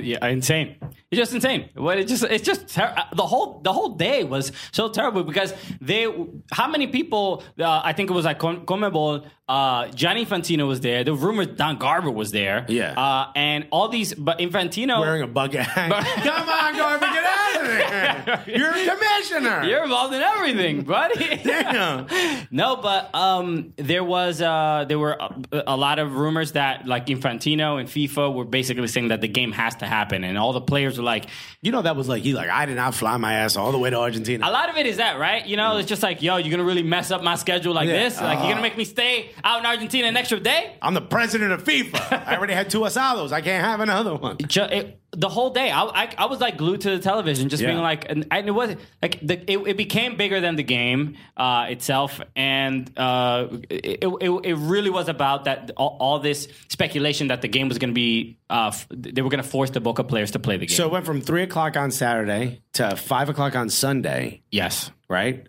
S3: yeah, insane. It's just insane. What it just it's just ter- uh, the whole the whole day was so terrible because they how many people uh, I think it was like Com- Comebol uh, Gianni Infantino was there. The rumored Don Garber was there.
S4: Yeah.
S3: uh, and all these but Infantino
S4: Wearing a bucket hat. Come on, Garvin, get out of there. You're a commissioner.
S3: You're involved in everything, buddy.
S4: Damn.
S3: no, but um, there was uh, there were a, a lot of rumors that like Infantino and FIFA were basically saying that the game has to happen, and all the players were like,
S4: You know, that was like, he like, I did not fly my ass all the way to Argentina.
S3: a lot of it is that right. You know, it's just like, yo, you're gonna really mess up my schedule like
S4: Yeah.
S3: this. Like you're gonna make me stay out in Argentina an extra day.
S4: I'm the president of FIFA. I already had two asados. I can't have another one.
S3: Ju- it, the whole day, I, I, I was like glued to the television, just
S4: Yeah.
S3: being like, and, and it was like the, it, it became bigger than the game uh, itself, and uh, it, it it really was about that all, all this speculation that the game was going to be uh, f- they were going to force the Boca players to play the game.
S4: So it went from three o'clock on Saturday to five o'clock on Sunday,
S3: yes,
S4: right?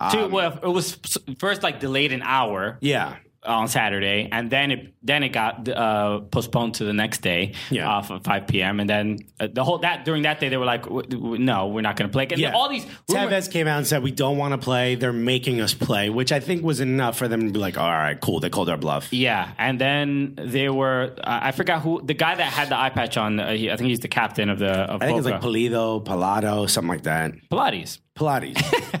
S4: um,
S3: Two- well, it was s- first like delayed an hour,
S4: Yeah.
S3: on Saturday, and then it then it got uh, postponed to the next day,
S4: Yeah.
S3: uh, from 5 p.m. And then uh, the whole that during that day they were like, w- w- no, we're not going to play. And
S4: Yeah.
S3: all these rumor-
S4: Tevez came out and said, We don't want to play. They're making us play, which I think was enough for them to be like, All right, cool. They called our bluff.
S3: yeah, and then they were uh, I forgot who the guy that had the eye patch on. Uh, he, I think he's the captain of the of
S4: I think it's
S3: Boca.
S4: like Polido, Palado, something like that.
S3: Pilates.
S4: Pilates.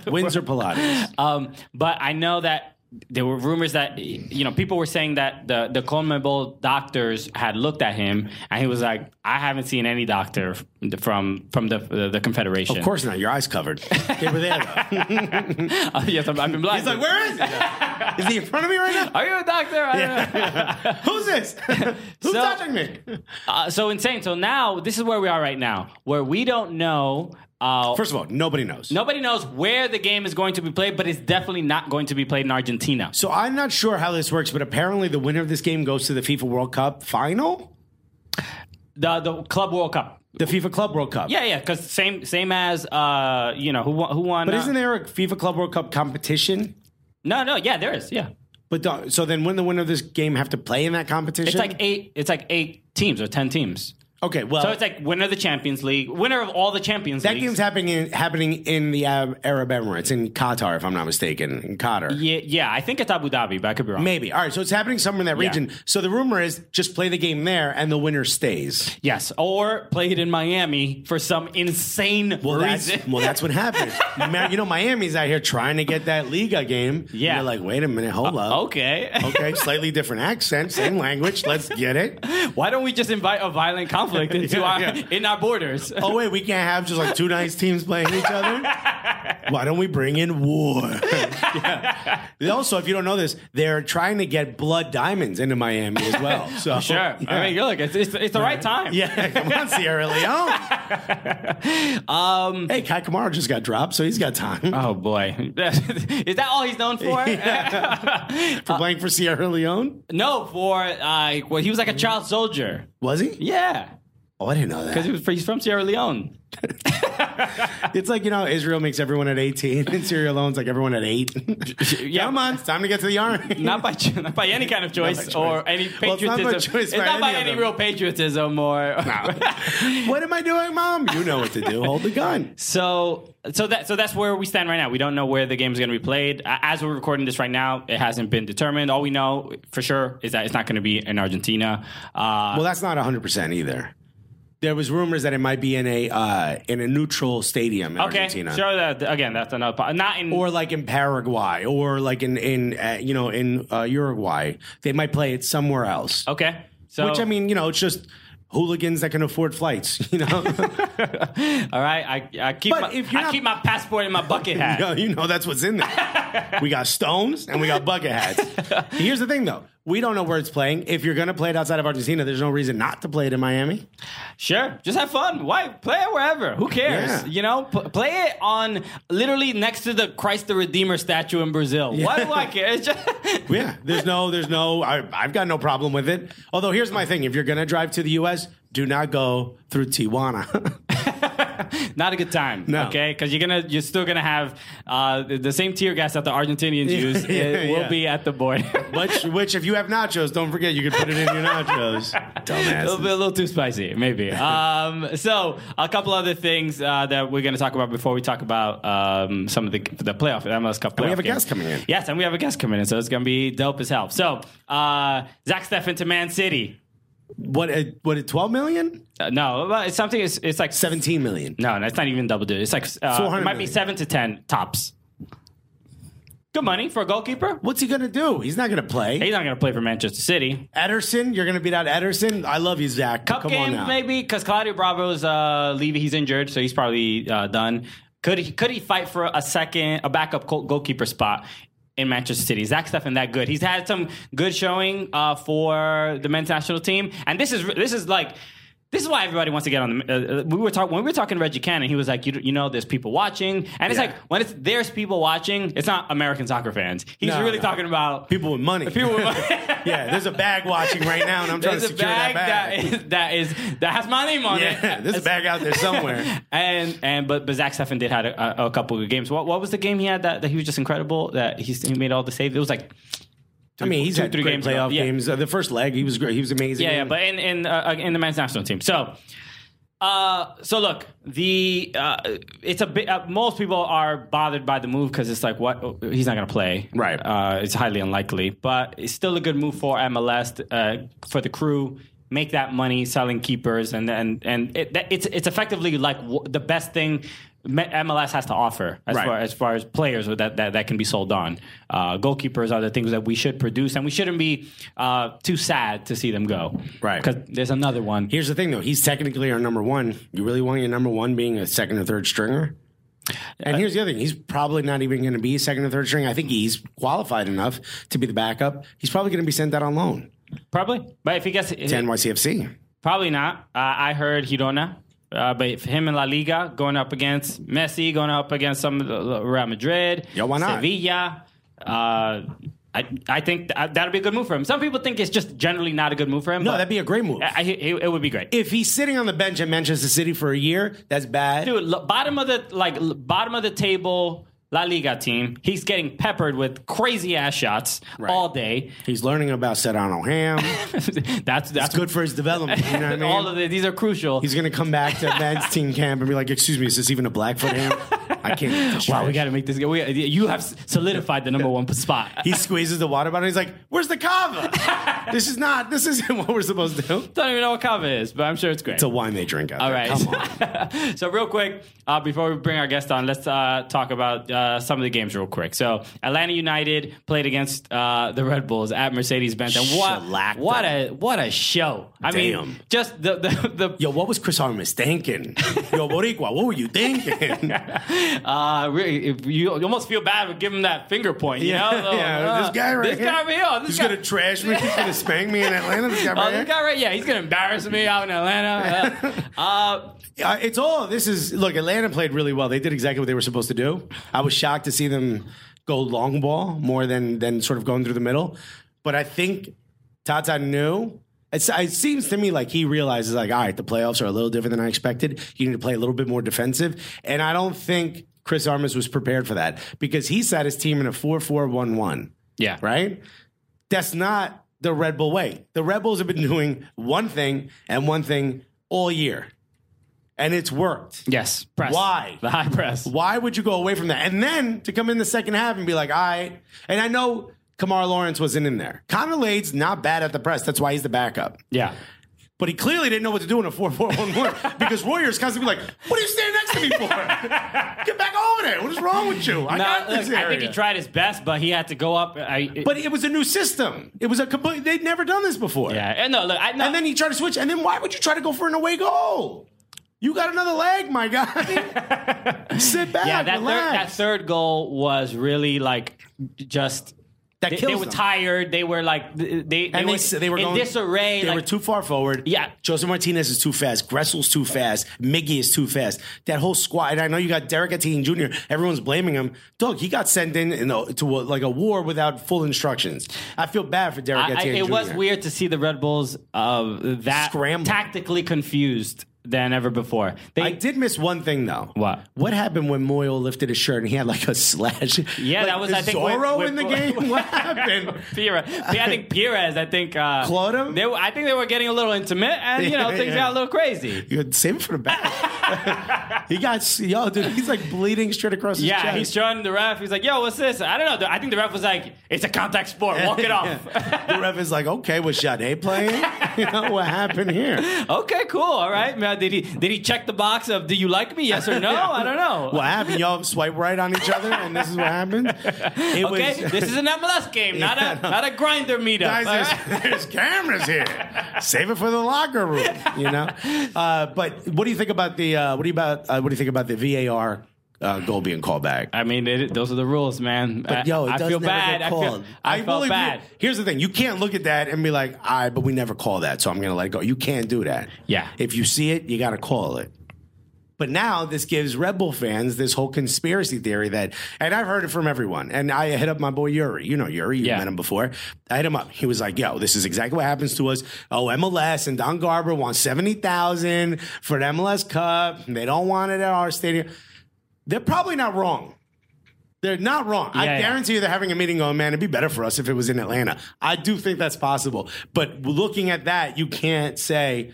S4: Windsor Pilates.
S3: Um, but I know that there were rumors that you know people were saying that the the Conmebol doctors had looked at him and he was like, I haven't seen any doctor from from the the, the Confederation.
S4: Of course not. Your eyes covered. They were there. Though.
S3: yes, I've, I've been blind.
S4: He's like, where is he? Is he in front of me right now?
S3: Are you a doctor? I don't know.
S4: Who's this?
S3: So-
S4: Who's touching me?
S3: Uh, so insane. So now this is where we are right now, where we don't know. Uh,
S4: First of all, nobody knows.
S3: nobody knows where the game is going to be played, but it's definitely not going to be played in Argentina.
S4: So I'm not sure how this works, but apparently the winner of this game goes to the FIFA World Cup final,
S3: The the Club World Cup.
S4: the FIFA Club World Cup.
S3: Yeah, yeah, because same same as uh, you know who won, who won.
S4: But
S3: uh,
S4: isn't there a FIFA Club World Cup competition?
S3: no no yeah there is yeah.
S4: But don't- so then, when the winner of this game have to play in that competition?
S3: It's like eight. It's like eight teams or ten teams.
S4: okay, well,
S3: So it's like winner of the Champions League, winner of all the Champions
S4: Oh. that
S3: Leagues.
S4: game's happening in, happening in the Arab, Arab Emirates in Qatar, if I'm not mistaken, in Qatar.
S3: yeah, yeah, I think it's Abu Dhabi, but I could be wrong.
S4: Maybe. All right. So it's happening somewhere in that
S3: Yeah.
S4: region. So the rumor is just play the game there and the winner stays.
S3: Yes, or played in Miami for some insane
S4: Well, that's,
S3: reason.
S4: well, that's what happened. Ma- you know, Miami's out here trying to get that Liga game.
S3: Yeah. Uh,
S4: They're like, wait a minute, hold up.
S3: okay.
S4: Okay, slightly different accent, same language. Let's get it.
S3: Why don't we just invite a violent conflict into
S4: Yeah,
S3: our
S4: yeah.
S3: in our borders?
S4: Oh wait, we can't have just like two nice teams playing each other. Why don't we bring in war? Yeah. Also, if you don't know this, they're trying to get blood diamonds into Miami as well. So
S3: Sure. I mean, look, it's, it's, it's the right time.
S4: Yeah, come on, Sierra Leone. um, hey, Kai Kamara just got dropped, so he's got time
S3: Oh boy, is that all he's known for?
S4: for
S3: uh,
S4: playing for Sierra Leone.
S3: No, for uh, well, he was like a child soldier.
S4: Was he?
S3: Yeah,
S4: Oh, I didn't know
S3: because
S4: that.
S3: he was he's from Sierra Leone.
S4: It's like you know, Israel makes everyone at eighteen, and Sierra Leone's like everyone at eight.
S3: Yeah.
S4: come on, it's time to get to the army.
S3: Not by cho- not by any kind of choice,
S4: choice.
S3: or any
S4: Well, it's
S3: patriotism.
S4: not by choice by
S3: not by
S4: any of
S3: any
S4: them.
S3: real patriotism or.
S4: what am I doing, Mom? You know what to do. Hold the gun.
S3: So so that so that's where we stand right now. We don't know where the game is going to be played. A- As we're recording this right now, it hasn't been determined. All we know for sure is that it's not going to be in Argentina. Uh,
S4: Well, that's not 100% either. There was rumors that it might be in a uh, in a neutral stadium in
S3: okay,
S4: Argentina.
S3: sure. That again, that's another part. Not in
S4: Or like in Paraguay, or like in in uh, you know in uh, Uruguay, they might play it somewhere else.
S3: okay. So
S4: Which I mean, you know, it's just hooligans that can afford flights. You know,
S3: all right. I, I keep
S4: But
S3: my,
S4: if you're
S3: I
S4: not-
S3: keep my passport in my bucket
S4: you,
S3: hat.
S4: know you know that's what's in there. we got stones and we got bucket hats. Here's the thing, though, we don't know where it's playing. If you're gonna play it outside of Argentina, there's no reason not to play it in Miami.
S3: Sure, just have fun. Why play it wherever? Who cares?
S4: Yeah.
S3: You know, P- play it on literally next to the Christ the Redeemer statue in Brazil. Why do I care? It's just-
S4: Yeah, there's no, there's no. I, I've got no problem with it. Although here's my thing: if you're gonna drive to the U.S., do not go through Tijuana.
S3: not a good time.
S4: No.
S3: Okay, because you're gonna, you're still gonna have uh, the, the same tear gas that the Argentinians
S4: Yeah,
S3: use.
S4: yeah,
S3: it will
S4: yeah.
S3: be at the border.
S4: which, which, if you have nachos, don't forget you can put it in your nachos.
S3: A little, bit, a
S4: Dumbass.
S3: little too spicy, maybe. Um, so, a couple other things uh, that we're going to talk about before we talk about um, some of the the playoff the MLS Cup. Playoff
S4: we have a
S3: games.
S4: guest coming in.
S3: Yes, and we have a guest coming in, so it's going to be dope as hell. So, uh, Zach Steffen to Man City.
S4: What? uh, What? uh, Twelve million?
S3: Uh, no, well, it's something. It's, it's like
S4: Seventeen million?
S3: No, no, it's not even double digit. It's like uh,
S4: 400
S3: it might be
S4: million.
S3: seven to ten tops. Good money for a goalkeeper.
S4: What's he gonna do? He's not gonna play.
S3: He's not going to play for Manchester City.
S4: Ederson, you're gonna beat out Ederson. I love you, Zach.
S3: Cup
S4: Come on
S3: game
S4: now.
S3: maybe because Claudio Bravo's uh, leaving. He's injured, so he's probably uh, done. Could he could he fight for a second a backup goal- goalkeeper spot in Manchester City? Zach Steffen that good. He's had some good showing uh, for the men's national team, and this is this is like. This is why everybody wants to get on the. Uh, we were talking when we were talking to Reggie Cannon. He was like, you, you know, there's people watching, and it's
S4: Yeah.
S3: like when it's there's people watching, it's not American soccer fans. He's
S4: No,
S3: really
S4: no.
S3: talking about
S4: People with money.
S3: people. with-
S4: yeah, there's a bag watching right now, and I'm trying
S3: there's
S4: to
S3: a
S4: secure
S3: bag,
S4: that bag.
S3: that is that is that has my name on it.
S4: yeah, there's a bag out there somewhere.
S3: And and but, but Zach Steffen did had a, a, a couple of games. What what was the game he had that, that he was just incredible that he, he made all the saves? It was like
S4: I mean, he's
S3: two,
S4: had
S3: three
S4: great
S3: games ago.
S4: playoff
S3: Yeah.
S4: games. Uh, the first leg, he was great. He was amazing.
S3: yeah yeah. But in in uh, in the men's national team. So uh so look the uh it's a bit uh, most people are bothered by the move because it's like what oh, he's not gonna play
S4: Right.
S3: uh it's highly unlikely but it's still a good move for MLS uh for the crew. Make that money selling keepers, and and and it, that, it's it's effectively like w- the best thing Ma- MLS has to offer as
S4: Right.
S3: far as far as players that that, that can be sold on. Uh, goalkeepers are the things that we should produce, and we shouldn't be uh, too sad to see them go.
S4: Right.
S3: because there's another one.
S4: Here's the thing, though. He's technically our number one. You really want your number one being a second or third stringer?
S3: Uh,
S4: And here's the other thing. He's probably not even going to be a second or third string. I think he's qualified enough to be the backup. He's probably going to be sent out on loan
S3: Probably, but if he gets
S4: to NYCFC.
S3: Probably not. Uh, I heard Girona. Uh, but for him and La Liga going up against Messi, going up against some of the, the Real Madrid,
S4: Yeah, why not?
S3: Sevilla. Uh, I I think th- that'd be a good move for him. Some people think it's just generally not a good move for him.
S4: No,
S3: but
S4: that'd be a great move.
S3: I, I- it, it would be great.
S4: if he's sitting on the bench at Manchester City for a year, that's bad.
S3: Dude, lo- bottom of the like l- bottom of the table La Liga team. He's getting peppered with crazy ass shots
S4: Right.
S3: all day.
S4: He's learning about Sedano Ham.
S3: that's that's
S4: That's good for his development. You know what I mean?
S3: all of the, these are crucial.
S4: He's going to come back to men's team camp and be like, excuse me, is this even a Blackfoot ham? I can't. eat this
S3: wow, we
S4: trash."
S3: got to make this. We, you have solidified the number one spot.
S4: He squeezes the water bottle. He's like, "Where's the cava? this is not. This isn't what we're supposed to do."
S3: Don't even know what cava is, but I'm sure it's great.
S4: It's a wine they drink out
S3: All
S4: there.
S3: right.
S4: Come on.
S3: so real quick, uh, before we bring our guest on, let's uh, talk about uh, some of the games real quick. So Atlanta United played against uh, the Red Bulls at Mercedes Benz, and what
S4: Shellacked
S3: what a what a show! I mean,
S4: Damn.
S3: just the the, the
S4: Yo, what was Chris Armas thinking? Yo, Boricua, what were you thinking?
S3: uh, really, if you you almost feel bad with giving him that finger point. You
S4: yeah,
S3: know,
S4: yeah,
S3: Uh,
S4: this guy right
S3: this
S4: here.
S3: guy over here, this
S4: he's
S3: guy-
S4: gonna trash me. He's gonna spank me in Atlanta. This guy
S3: Oh,
S4: right
S3: this
S4: here.
S3: guy right, yeah, he's gonna embarrass me out in Atlanta. Uh, uh,
S4: Uh, it's all. This is look. Atlanta played really well. They did exactly what they were supposed to do. I was shocked to see them go long ball more than than sort of going through the middle. But I think Tata knew. It's, it seems to me like he realizes like, all right, the playoffs are a little different than I expected. You need to play a little bit more defensive, and I don't think Chris Armas was prepared for that because he sat his team in a four-four-one-one
S3: yeah,
S4: right? That's not the Red Bull way. The Rebels have been doing one thing and one thing all year, and it's worked.
S3: Yes, press.
S4: Why?
S3: the high press?
S4: Why would you go away from that? And then to come in the second half and be like, all right. And I know Kamar Lawrence wasn't in there. Connor Lade's not bad at the press. That's why he's the backup.
S3: Yeah.
S4: But he clearly didn't know what to do in a 4 4 1 1 because Warriors constantly be like, what are you standing next to me for? Get back over there. What is wrong with you? I
S3: No,
S4: got this
S3: look, I think
S4: area."
S3: he tried his best, but he had to go up. I,
S4: But it was a new system. It was a complete. They'd never done this before.
S3: yeah, and no, look, I, no,
S4: And then he tried to switch. And then why would you try to go for an away goal? You got another leg, my guy. Sit back.
S3: yeah, that third, that
S4: relax.
S3: third goal was really like just.
S4: That
S3: They, they
S4: kills
S3: were
S4: them.
S3: tired. They were like they they,
S4: And
S3: were,
S4: they, s- they were
S3: in
S4: going,
S3: disarray.
S4: They
S3: like,
S4: were too far forward.
S3: Yeah.
S4: Jose Martinez is too fast. Gressel's too fast. Miggy is too fast. That whole squad. And I know you got Derek Etienne Jr. Everyone's blaming him. Doug, he got sent in, in a, to a, like a war without full instructions. I feel bad for Derek
S3: I- I-
S4: Etienne
S3: it
S4: Jr.
S3: was weird to see the Red Bulls uh, that
S4: Scramble.
S3: tactically confused than ever before. They
S4: I did miss one thing though.
S3: What?
S4: What happened when Moyle lifted his shirt and he had like a slash?
S3: Yeah,
S4: Like,
S3: that was
S4: is
S3: I think
S4: Zorro
S3: with-
S4: in the
S3: with-
S4: game. What happened?
S3: Pira, I think Pires. I think uh,
S4: Clawed him?
S3: They, were- I think they were getting a little intimate, and you know things
S4: Yeah.
S3: got a little crazy.
S4: You had save it for the back. he got yo, dude. He's like bleeding straight across his
S3: Yeah,
S4: chest.
S3: he's showing the ref. He's like, "Yo, what's this?" I don't know. I think the ref was like, "It's a contact sport. Walk it off."
S4: the ref is like, okay, was Sade playing? you know what happened here?
S3: okay, cool. All right, man. Did he did he check the box of "Do you like me? Yes or no?" I don't know.
S4: What happened? Y'all swipe right on each other, and this is what happened. It
S3: Okay, this is an MLS game, not
S4: Yeah,
S3: a not a grinder meetup. all
S4: Guys,
S3: right?
S4: there's, there's cameras here. Save it for the locker room, you know. Uh, but what do you think about the uh, what do you about uh, what do you think about the VAR uh, goal being called back?
S3: I mean, it, those are the rules, man. I,
S4: Yo, it
S3: I
S4: does
S3: feel
S4: never
S3: bad.
S4: get
S3: I feel,
S4: called.
S3: I,
S4: will
S3: felt
S4: agree-
S3: bad.
S4: Here's the thing: you can't look at that and be like, "All right, but we never call that, so I'm going to let it go." You can't do that.
S3: Yeah.
S4: If you see it, you got to call it. But now this gives Red Bull fans this whole conspiracy theory that, and I've heard it from everyone. And I hit up my boy Yuri. You know Yuri, you
S3: Yeah.
S4: met him before. I hit him up. He was like, "Yo, this is exactly what happens to us. Oh, MLS and Don Garber wants seventy thousand for an MLS Cup. They don't want it at our stadium. They're probably not wrong. They're not wrong.
S3: Yeah,
S4: I
S3: yeah.
S4: guarantee you they're having a meeting going, man, it'd be better for us if it was in Atlanta. I do think that's possible. But looking at that, you can't say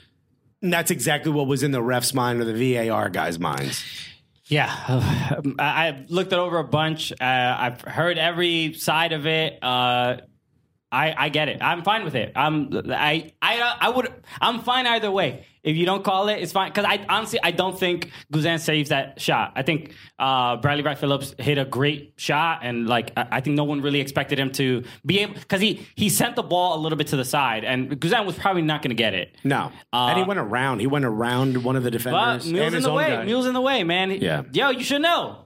S4: that's exactly what was in the ref's mind or the VAR guy's minds.
S3: Yeah, I, I've looked it over a bunch. Uh, I've heard every side of it. Uh, I, I get it. I'm fine with it. I'm I I I would I'm fine either way. If you don't call it, it's fine. Because I honestly I don't think Guzan saves that shot. I think uh, Bradley Wright Phillips hit a great shot, and like I, I think no one really expected him to be able because he he sent the ball a little bit to the side, and Guzan was probably not going to get it.
S4: No,
S3: Uh,
S4: and he went around. He went around one of the
S3: But
S4: defenders
S3: Mule's
S4: and
S3: in
S4: his
S3: the
S4: own
S3: way.
S4: guy.
S3: Mule's in the way, man.
S4: Yeah.
S3: Yo, you should know.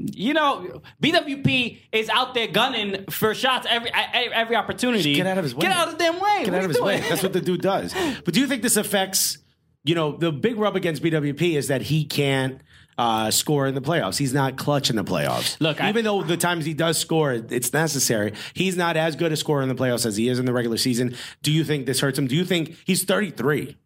S3: You know, BWP is out there gunning for shots every every every opportunity.
S4: Get out of his way.
S3: Get out of the damn way.
S4: Get
S3: What
S4: out
S3: are
S4: of
S3: you
S4: his way.
S3: doing?
S4: That's what the dude does. But do you think this affects? You know, the big rub against BWP is that he can't uh, score in the playoffs. He's not clutch in the playoffs.
S3: Look, I-
S4: even though the times he does score, it's necessary. He's not as good a scorer in the playoffs as he is in the regular season. Do you think this hurts him? Do you think he's 33?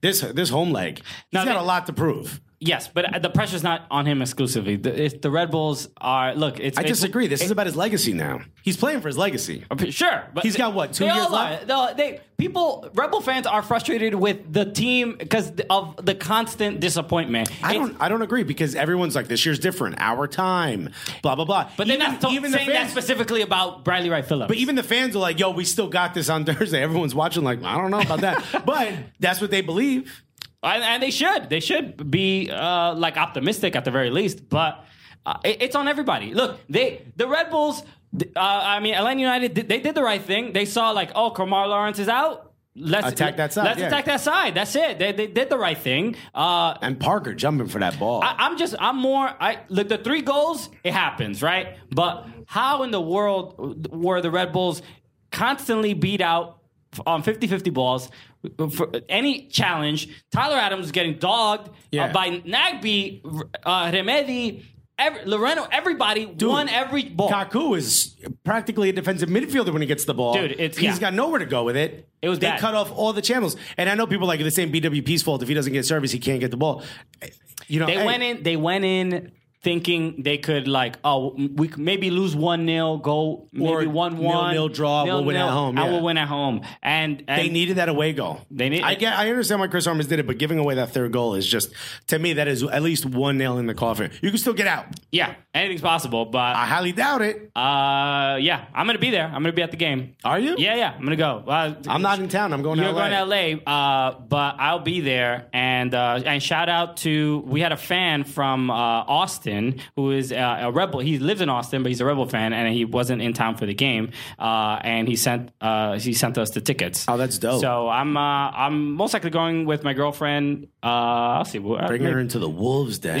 S4: This this home leg, he's
S3: Now,
S4: got
S3: they-
S4: a lot to prove.
S3: Yes, but the pressure's not on him exclusively. The, it's, the Red Bulls are look. It's
S4: I
S3: it's-
S4: disagree. This
S3: it-
S4: is about his legacy now. He's playing for his legacy.
S3: Sure, but
S4: He's got, what, two
S3: they
S4: years
S3: all are.
S4: left?
S3: No, they people Rebel fans are frustrated with the team because of the constant disappointment.
S4: I
S3: It's-
S4: don't. I don't agree because everyone's like, "This year's different. Our time." Blah blah blah.
S3: But they're not so- saying that
S4: fans,
S3: specifically about Bradley Wright Phillips.
S4: But even the fans are like, "Yo, we still got this on Thursday." Everyone's watching, like, "I don't know about that," but that's what they believe.
S3: and, and they should they should be uh, like optimistic at the very least but uh, it- it's on everybody look they the red bulls th- uh, i mean atlanta united did- they did the right thing they saw like oh kamar lawrence is out Let's
S4: Attack that side,
S3: Let's
S4: yeah.
S3: attack that side. That's it. They, they did the right thing. Uh,
S4: And Parker jumping for that ball.
S3: I, I'm just I'm more I look the three goals it happens right, but how in the world were the Red Bulls constantly beat out on 50-50 balls for any challenge? Tyler Adams was getting dogged uh,
S4: Yeah.
S3: by Nagby, uh, Remedi, every, Loreno, everybody
S4: Dude,
S3: won every ball.
S4: Kaku is practically a defensive midfielder when he gets the ball.
S3: Dude, it's-
S4: he's
S3: yeah.
S4: got nowhere to go with it.
S3: It was
S4: they
S3: bad.
S4: cut off all the channels, and I know people are like it's saying BWP's fault if he doesn't get service, he can't get the ball. You know,
S3: They
S4: hey,
S3: went in. They went in thinking they could like, oh, we could maybe lose one 0 go
S4: Or
S3: maybe one one
S4: nil-nil draw, we'll win at home,
S3: I
S4: yeah.
S3: will win at home, and, and
S4: They needed that away goal.
S3: They need-
S4: I get. I understand why Chris Armas did it, but giving away that third goal is just to me that is at least one nail in the coffin. You can still get out.
S3: yeah, anything's possible. But
S4: I highly doubt it.
S3: Uh, yeah, I'm gonna be there. I'm gonna be at the game.
S4: Are you?
S3: Yeah, yeah, I'm gonna go. Uh,
S4: I'm not in town. I'm going to
S3: You're
S4: LA.
S3: going to LA, uh, but I'll be there. And uh, and shout out to we had a fan from uh, Austin who is uh, a rebel. He lives in Austin, but he's a rebel fan, and he wasn't in town for the game. Uh, and he sent uh, he sent us the tickets.
S4: Oh, that's dope.
S3: So I'm uh, I'm most likely going with my girlfriend. Uh, I'll see.
S4: Bring her into the Wolves Den.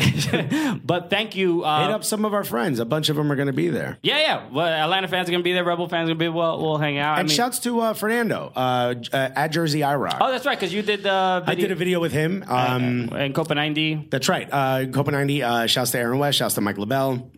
S4: Hit
S3: But thank you. Uh,
S4: up some of our friends. A bunch of them are going to be there.
S3: yeah, yeah. Well, Atlanta fans are gonna be there. Rebel fans are gonna be. We'll, we'll hang out. I
S4: And
S3: mean-
S4: shouts to uh, Fernando uh, J- uh, at Jersey IROC.
S3: Oh, Uh, that's right, because you did the
S4: I
S3: video
S4: did a video with him. Um,
S3: in Copenhagen.
S4: That's right. Uh, Copenhagen. Uh, shouts to Aaron West. Shouts to Mike LaBelle.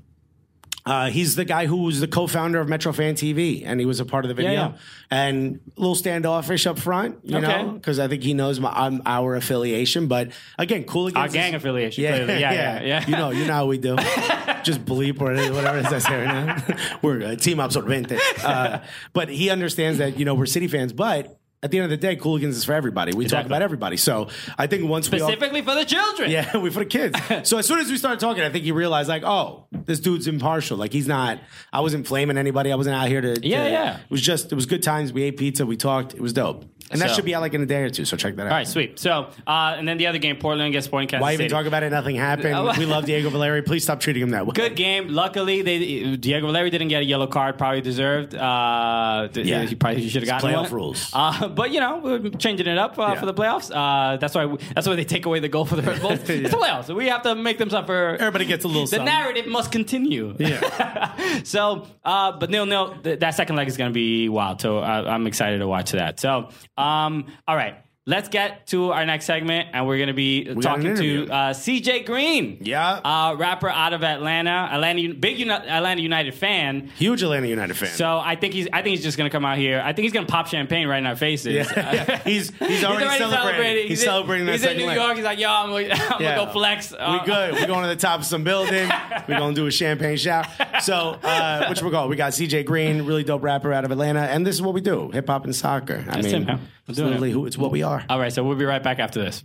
S4: Uh, he's the guy who was the co-founder of Metro Fan TV, and he was a part of the video.
S3: Yeah, yeah.
S4: And a little standoffish up front, you
S3: Okay.
S4: know, because I think he knows my, um, our affiliation. But again, cool against
S3: Our gang affiliation, clearly. Yeah, yeah, yeah.
S4: You know, you know how we do. Just bleep or whatever it is I say right now. we're uh, team absorbente. Uh, but he understands that you know we're City fans, but. At the end of the day, Cooligans is for everybody. We talk
S3: Exactly.
S4: about everybody. So I think once we all,
S3: Specifically for the children.
S4: yeah, we for the kids. So as soon as we started talking, I think he realized like, oh, this dude's impartial. Like he's not. I wasn't flaming anybody. I wasn't out here to. to-
S3: Yeah, yeah.
S4: It was just. It was good times. We ate pizza. We talked. It was dope. And that
S3: So-
S4: should be out like in a day or two. So check that out.
S3: All right, sweet. So, uh, and then the other game, Portland against Sporting Kansas
S4: Why even
S3: City.
S4: talk about it? Nothing
S3: Oh.
S4: happened. we love Diego Valeri. Please stop treating him that way.
S3: Good game. Luckily, they Diego Valeri didn't get a yellow card. Probably deserved. Uh, th-
S4: Yeah.
S3: he probably should have
S4: It's
S3: gotten
S4: playoff
S3: one.
S4: rules.
S3: Uh, but you know, we're changing it up uh,
S4: Yeah.
S3: for the playoffs. Uh, that's why. We, that's why they take away the goal for the Red Bulls. It's the playoffs. We have to make them suffer.
S4: Everybody gets a little.
S3: the
S4: something.
S3: narrative must continue.
S4: Yeah.
S3: so, uh, but nil nil. Th- that second leg is going to be wild. So I, I'm excited to watch that. So, um, all right, let's get to our next segment, and we're going to be
S4: got an
S3: talking to
S4: interview.
S3: uh, CJ Green.
S4: Yeah.
S3: uh, rapper out of Atlanta, Atlanta, U- big Uni- Atlanta United fan.
S4: Huge Atlanta United fan.
S3: So I think he's. I think he's just gonna come out here. I think he's gonna pop champagne right in our faces. Uh,
S4: Yeah. he's he's already, celebrating. He's,
S3: in-
S4: celebrating that
S3: He's in
S4: second
S3: New
S4: leg.
S3: York. He's like, yo, I'm, gonna- I'm
S4: Yeah.
S3: gonna go flex. Uh,
S4: we good. We're going to the top of some building. We're going to do a champagne shower. So, uh, which we're going. We got CJ Green, really dope rapper out of Atlanta. And this is what we do hip hop and soccer. I
S3: That's it, Uh,
S4: mean,
S3: man. We're
S4: it's
S3: doing
S4: literally
S3: it.
S4: who, it's what we are.
S3: All right, so we'll be right back after this.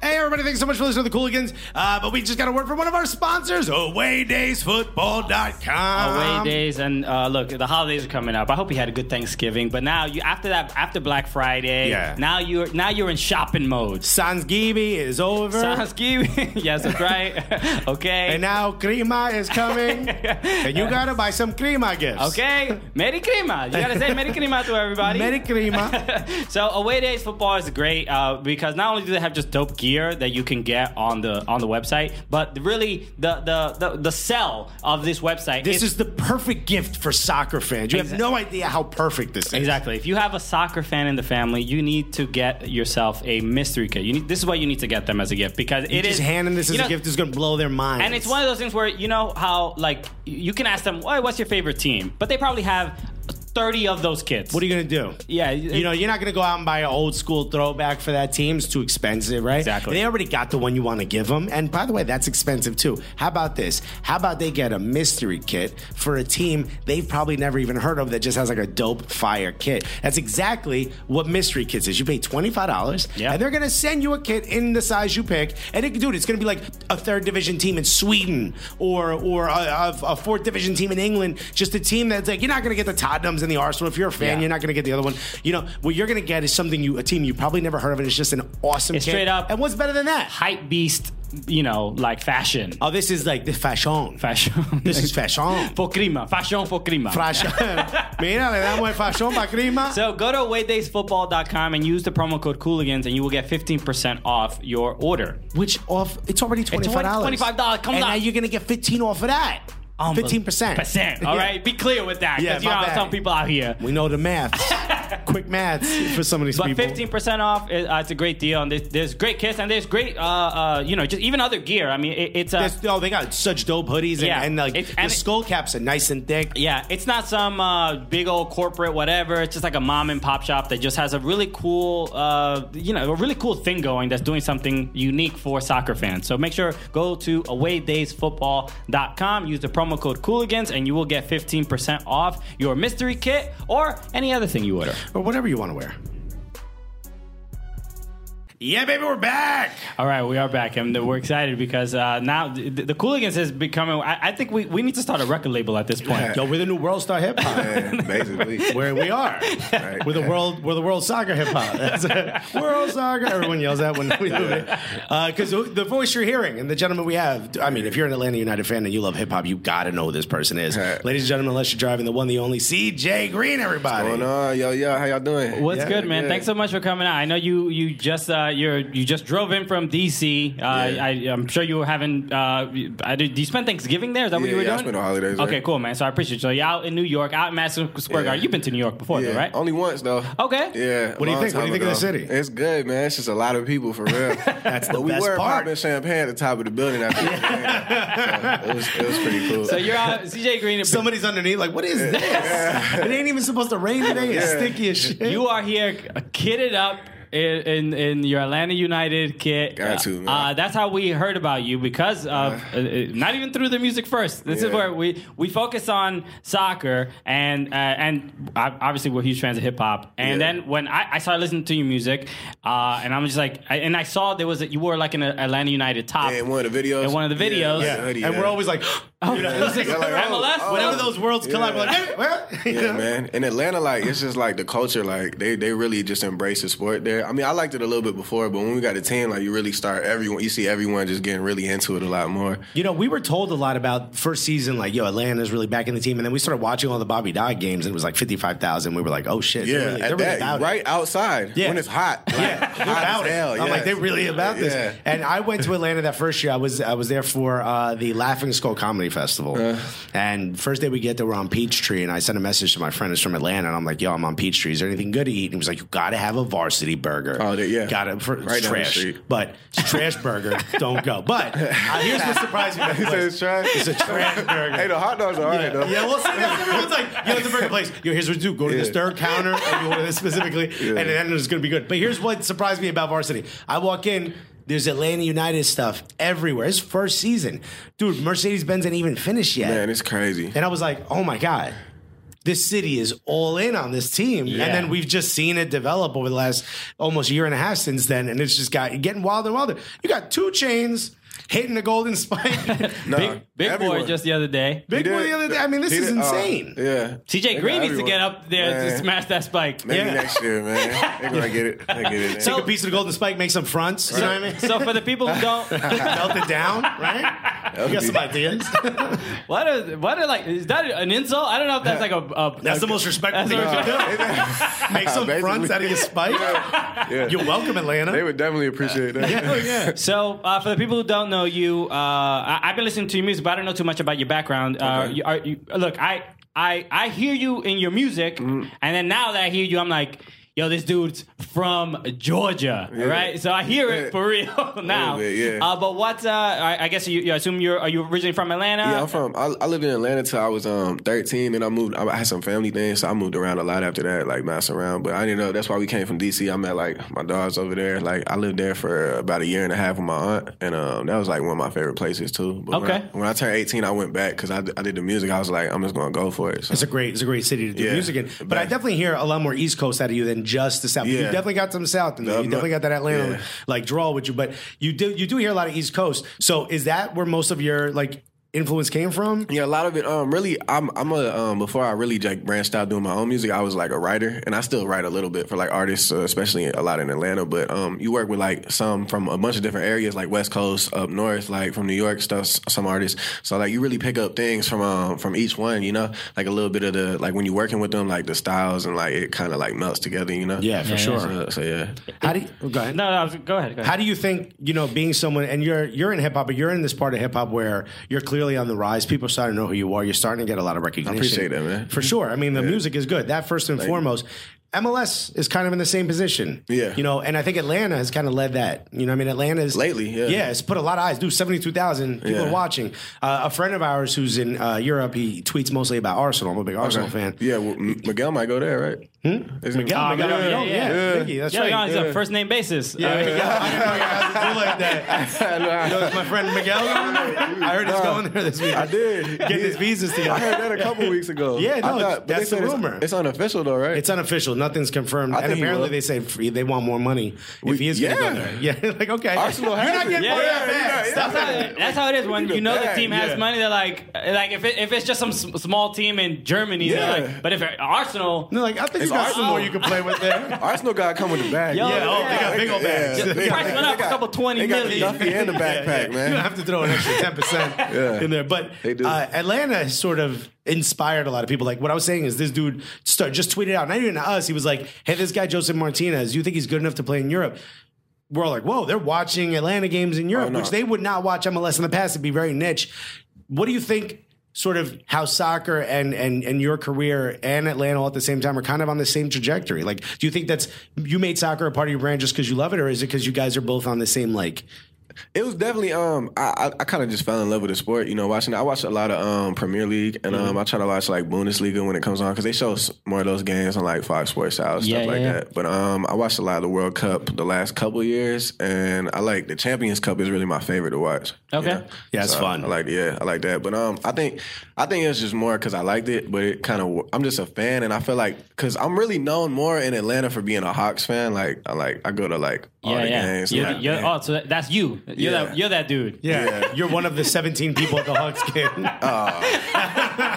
S4: Hey, everybody. Thanks so much for listening to the Cooligans. Uh, but we just got a word from one of our sponsors, awaydaysfootball.com.
S3: away days and uh, look the holidays are coming up i hope you had a good thanksgiving but now you after that after black friday
S4: Yeah.
S3: now you're now you're in shopping mode
S4: Sansgibi is over.
S3: Sounds cute. yes that's right okay
S4: and now Krima is coming. and you gotta buy some Krima gifts.
S3: okay merry crema you gotta say merry crema to everybody
S4: Merry Krima.
S3: so away days football is great uh, because not only do they have just dope gear that you can get on the on the website but really the the the, the sell of this website
S4: This is the perfect gift for soccer fans. You have
S3: Exact-
S4: no idea how perfect this is.
S3: Exactly. If you have a soccer fan in the family, you need to get yourself a mystery kit. You need this is what you need to get them as a gift because it is
S4: Just handing this as
S3: you
S4: a
S3: know,
S4: gift is gonna blow their mind.
S3: And it's one of those things where you know how like you can ask them, "Why? What's your favorite team?" But they probably have thirty of those kits.
S4: What are you gonna do?
S3: Yeah,
S4: You know, you're not gonna go out and buy an old school throwback for that team. It's too expensive, right?
S3: Exactly.
S4: They already got the one you want to give them, and by the way, that's expensive too. How about this? How about they get a mystery kit for a team they've probably never even heard of that just has like a dope fire kit? That's exactly what mystery kits is. You pay twenty five dollars,
S3: Yeah.
S4: and they're gonna send you a kit in the size you pick, and it, dude, it's gonna be like a third division team in Sweden or or a, a, a fourth division team in England. Just a team that's like you're not gonna get the Tottenhams and the Arsenal if you're a fan.
S3: Yeah.
S4: You're not gonna get the other one. You know what you're gonna get is something you a team you probably never heard of, and it's just an awesome
S3: It's
S4: kit.
S3: straight up-
S4: And what's better than that?
S3: hype beast? You know, like fashion,
S4: Oh, this is like the fashion.
S3: fashion.
S4: This is fashion.
S3: for crima, fashion for crima.
S4: Fashion. Mira, le damos el fashion pa' crima.
S3: So go to awaydaysfootball.com and use the promo code Cooligans, and you will get 15% off your order.
S4: Which off? It's already twenty five dollars.
S3: $25, come
S4: and
S3: on.
S4: now you're gonna get fifteen off of that. Fifteen percent.
S3: Percent. All right, be clear with that.
S4: Yeah,
S3: Because you
S4: my
S3: know how
S4: bad.
S3: some people out here.
S4: We know the math. Quick maths for some of these
S3: But
S4: people.
S3: fifteen percent off is uh, it's a great deal, and there's, there's great kits, and there's great, uh, uh, you know, just even other gear. I mean, it, it's a
S4: There's- oh, they got such dope hoodies and,
S3: Yeah,
S4: and like
S3: it's-
S4: the
S3: and it-
S4: skull caps are nice and thick.
S3: yeah, it's not some uh, big old corporate whatever. It's just like a mom and pop shop that just has a really cool, uh, you know, a really cool thing going that's doing something unique for soccer fans. So make sure go to awaydaysfootball.com, use the promo code Cooligans, and you will get fifteen percent off your mystery kit or any other thing you order.
S4: or whatever you want to wear. Yeah, baby, we're back.
S3: All right, we are back, and we're excited because uh, now the, the Cooligans is becoming. I, I think we, we need to start a record label at this point.
S4: Yo, we're the new world star hip hop.
S8: Uh, Yeah, basically.
S4: Where we are,
S8: Right.
S4: we're the world, we're the world soccer hip hop. That's it. World soccer. Everyone yells that when we do it because the voice you're hearing and the gentleman we have. I mean, if you're an Atlanta United fan and you love hip hop, you gotta know who this person is,
S8: Yeah.
S4: ladies and gentlemen. Unless you're driving the one, the only CJ Green, everybody.
S8: Going on, Oh, yo, yo, how y'all doing?
S3: What's
S8: Yeah,
S3: good, man? Thanks so much for coming out. I know you you just uh, you're you just drove in from DC. Uh, I, I'm sure you were having. Uh, I did, did you spend Thanksgiving there? Is that what
S8: Yeah,
S3: you were
S8: yeah, I
S3: doing?
S8: spent the holidays
S3: Okay,
S8: there.
S3: cool, man. So I appreciate you. So you're out in New York, out in Madison Square
S8: Yeah.
S3: Garden. You've been to New York before,
S8: Yeah,
S3: though, right?
S8: Only once though.
S3: Okay.
S8: Yeah.
S4: What do you
S8: long
S4: think? What do you
S8: time
S4: think of the
S8: ago.
S4: city?
S8: It's good, man. It's just a lot of people for real. That's
S4: the
S8: but we
S4: best
S8: were
S4: part.
S8: popping champagne at the top of the building. After the game. so it was, it was pretty cool.
S3: so you're out, CJ Green.
S4: Somebody's underneath, like, what is this? It ain't even supposed to rain today. It's sticky as shit.
S3: you are here uh, kitted up in, in in your Atlanta United kit.
S8: Got to, man.
S3: Uh, that's how we heard about you because of uh, uh, not even through the music first. This is
S8: Yeah.
S3: where we we focus on soccer and uh, and ob- obviously we're huge fans of hip hop. And
S8: Yeah.
S3: then when I, I started listening to your music, uh, and I'm just like, I, and I saw there was a, you wore like an Atlanta United top.
S8: in one of the videos.
S3: In one of the videos.
S8: Yeah. like the hoodie,
S4: and
S8: yeah.
S4: we're always like, you know,
S3: This is-
S8: Yeah, like, oh,
S3: MLS,
S8: oh.
S4: whenever those worlds collide, we're like,
S8: Yeah.
S4: hey, what? You
S8: Yeah,
S4: know?
S8: man. In Atlanta, like it's just like the culture, like they they really just embrace the sport there. I mean, I liked it a little bit before, but when we got a team, like you really start everyone. You see everyone just getting really into it a lot more.
S4: You know, we were told a lot about first season, like, yo, Atlanta's really back in the team. And then we started watching all the Bobby Dodd games, and it was like 55,000. We were like, oh, shit.
S8: Yeah,
S4: they're really,
S8: at
S4: they're really
S8: that,
S4: about it.
S8: right outside
S4: Yeah.
S8: when it's hot. Like,
S4: Yeah,
S8: hot
S4: they're about
S8: as
S4: it.
S8: hell.
S4: I'm like,
S8: yes.
S4: they're really about this.
S8: Yeah.
S4: And I went to Atlanta that first year. I was I was there for uh, the Laughing Skull Comedy Festival.
S8: Uh.
S4: and first day we get there, we're on Peachtree, and I sent a message to my friend who's from Atlanta, and I'm like, "Yo, I'm on Peachtree. Is there anything good to eat?" And he was like, "You got to have a Varsity Burger.
S8: Oh, they- yeah.
S4: got to for it's
S8: Right down the
S4: trash,
S8: street.
S4: but it's a trash burger. Don't go. But uh, here's what surprised me. about the
S8: He said
S4: place.
S8: it's trash.
S4: It's a trash burger.
S8: Hey, the hot dogs are alright though.
S4: Yeah, well, see, that's everyone's like, yo, it's a burger place. Yo, here's what you do: go to this
S8: Yeah.
S4: third counter and you order this specifically, and then it's gonna be good. But here's what surprised me about varsity: I walk in. There's Atlanta United stuff everywhere. It's first season, dude. Mercedes Benz ain't even finished yet,
S8: Man, it's crazy.
S4: and I was like, oh my god. this city is all in on this team. And then we've just seen it develop over the last almost year and a half since then. And it's just got getting wilder and wilder. You got two chains hitting the golden spike.
S8: Nah,
S3: Big, big boy
S8: everyone.
S3: just the other day.
S4: Big
S8: He
S4: boy
S8: did-
S4: the other day. I mean, this
S8: he
S4: is
S8: did- oh,
S4: insane.
S8: yeah. They
S3: TJ
S8: got
S3: Green needs to
S8: everyone.
S3: get up there
S8: Man.
S3: to smash that spike.
S8: Maybe
S4: Yeah.
S8: next year, man. They're gonna get it. They get it. man.
S4: Take a piece of the golden spike, make some fronts. You know what I mean?
S3: So for the people who don't,
S4: Melt it down, right?
S8: That would
S4: You got
S8: be-
S4: some ideas.
S3: what are what are like? Is that an insult? I don't know if that's like a. a
S4: That's the most respectful
S3: That's
S4: thing you
S3: what-
S4: can do. Make some
S8: Basically.
S4: fronts out of your spike.
S8: Yeah.
S4: You're welcome, Atlanta.
S8: They would definitely appreciate that.
S4: oh,
S3: So uh, for the people who don't know you, uh, I, I've been listening to your music, but I don't know too much about your background. Uh,
S8: Okay.
S3: you, are, you, look, I, I I hear you in your music,
S8: Mm.
S3: and then now that I hear you, I'm like. Yo, this dude's from Georgia, right? So I hear it
S8: Yeah.
S3: for real now.
S8: bit, yeah.
S3: Uh, but what? Uh, I, I guess you, you assume you're. Are you originally from Atlanta?
S8: Yeah, I'm from. I, I lived in Atlanta till I was um 13, and I moved. I had some family things, so I moved around a lot after that, like messing around. But I ended up. That's why we came from DC. I met like my dogs over there. Like I lived there for about a year and a half with my aunt, and um that was like one of my favorite places too. But when I-
S3: Okay.
S8: When I, turned 18, I went back because I, d- I did the music. I was like, I'm just gonna go for it. So.
S4: It's a great, it's a great city to do
S8: Yeah.
S4: music in. But I
S8: Right.
S4: definitely hear a lot more East Coast out of you than just the South. You
S8: Yeah.
S4: definitely got some South, in there.
S8: Yeah,
S4: you
S8: I'm
S4: definitely
S8: not-
S4: got that Atlanta
S8: yeah.
S4: like draw with you. But you do, you do hear a lot of East Coast. So is that where most of your like influence came from?
S8: Yeah, a lot of it. Um, really, I'm I'm a um before I really like branched out doing my own music, I was like a writer, and I still write a little bit for like artists, uh, especially a lot in Atlanta. But um, you work with like some from a bunch of different areas, like West Coast, up north, like from New York stuff. s- Some artists, so like you really pick up things from um from each one, you know, like a little bit of the like when you're working with them, like the styles and like it kind of like melts together, you know.
S4: Yeah, for Yeah, sure. yeah.
S8: So, so, yeah,
S4: How do you, go ahead?
S3: No, no. Go ahead. Go ahead.
S4: How do you think you know being someone and you're you're in hip hop, but you're in this part of hip hop where you're clearly on the rise. People are starting to know who you are. You're starting to get a lot of recognition.
S8: appreciate that, man.
S4: For sure. I mean, the music is good. That first and foremost. MLS is kind of in the same position.
S8: Yeah.
S4: You know, and I think Atlanta has kind of led that. You know, what I mean, Atlanta's
S8: Lately, yeah.
S4: it's put a lot of eyes. Dude, 72,000 people
S8: Yeah.
S4: are watching. Uh, a friend of ours who's in uh, Europe, he tweets mostly about Arsenal. I'm Oh, a big Arsenal fan.
S8: Yeah, well, M- Miguel might go there, right? Hmm? Isn't
S4: Miguel,
S3: Uh,
S4: Miguel,
S3: yeah,
S4: Miguel,
S3: yeah,
S4: yeah,
S3: yeah.
S4: Miggy, that's
S3: Yeah,
S4: right.
S3: you're on a first name basis. Yeah.
S4: I didn't know you guys would do like that. You know, it's my friend Miguel. I heard he's going there this week.
S8: I did.
S4: Get his visas
S8: I
S4: together.
S8: heard that a couple weeks ago.
S4: Yeah, no,
S8: I
S4: it's-
S8: but they
S4: that's a
S8: said it's-
S4: rumor.
S8: It's, unofficial though, right?
S4: It's unofficial. Nothing's confirmed.
S8: I
S4: and
S8: think he
S4: apparently
S8: will.
S4: they say free, they want more money
S8: We-
S4: if he is going
S8: yeah.
S4: to go there. Yeah, like, okay.
S8: Arsenal
S4: You're
S8: has
S4: not
S8: it.
S4: getting
S3: Yeah,
S4: paid
S3: yeah,
S4: that fast.
S8: yeah,
S3: That's how, it, that's how it is when
S8: Look at
S3: you know the
S8: that,
S3: team has
S8: yeah.
S3: money. They're like, like if it, if it's just some s- small team in Germany, they're
S8: Yeah.
S3: like, but if it- Arsenal,
S4: They're like, I think you
S8: It's
S4: got some
S8: Arsenal.
S4: more you can play with there.
S8: Arsenal gotta come with the bag.
S3: Yo, Yeah, oh, they
S4: got big old bags.
S8: Yeah,
S4: The
S8: they-
S3: price went
S8: they
S3: up a
S8: got-
S3: couple 20
S8: they got the
S3: million.
S8: Duffy and the
S4: Yeah,
S8: backpack,
S4: yeah.
S8: man.
S4: You don't have to throw an extra ten percent
S8: Yeah.
S4: in there, but
S8: They do.
S4: Uh, Atlanta has sort of inspired a lot of people. Like what I was saying is, this dude start, just tweeted out, not even to us. He was like, "Hey, this guy Joseph Martinez, you think he's good enough to play in Europe?" We're all like, "Whoa, they're watching Atlanta games in Europe,
S8: Oh, no.
S4: which they would not watch MLS in the past. It'd be very niche." What do you think? Sort of how soccer and, and and your career and Atlanta all at the same time are kind of on the same trajectory. Like, do you think that's you made soccer a part of your brand just because you love it, or is it because you guys are both on the same like
S8: It was definitely um I I, I kind of just fell in love with the sport, you know. Watching I watched a lot of um Premier League and
S4: Mm-hmm.
S8: um I try to watch like Bundesliga when it comes on because they show s- more of those games on like Fox Sports House
S3: Yeah,
S8: stuff like
S3: yeah.
S8: that. But um I watched a lot of the World Cup the last couple years and I like the Champions Cup is really my favorite to watch. you
S3: Okay.
S8: know?
S4: Yeah, it's
S8: So,
S4: fun.
S8: I like yeah, I like that. But um I think I think it's just more because I liked it, but it kind of I'm just a fan and I feel like because I'm really known more in Atlanta for being a Hawks fan. Like I like I go to like all
S3: yeah,
S8: the
S3: yeah,
S8: games.
S3: you're,
S8: like,
S3: you're-
S8: man.
S3: oh, so that, that's you. You're
S8: Yeah.
S3: that you're that dude.
S4: Yeah. You're one of the 17 people at the Hawks game.
S8: Oh.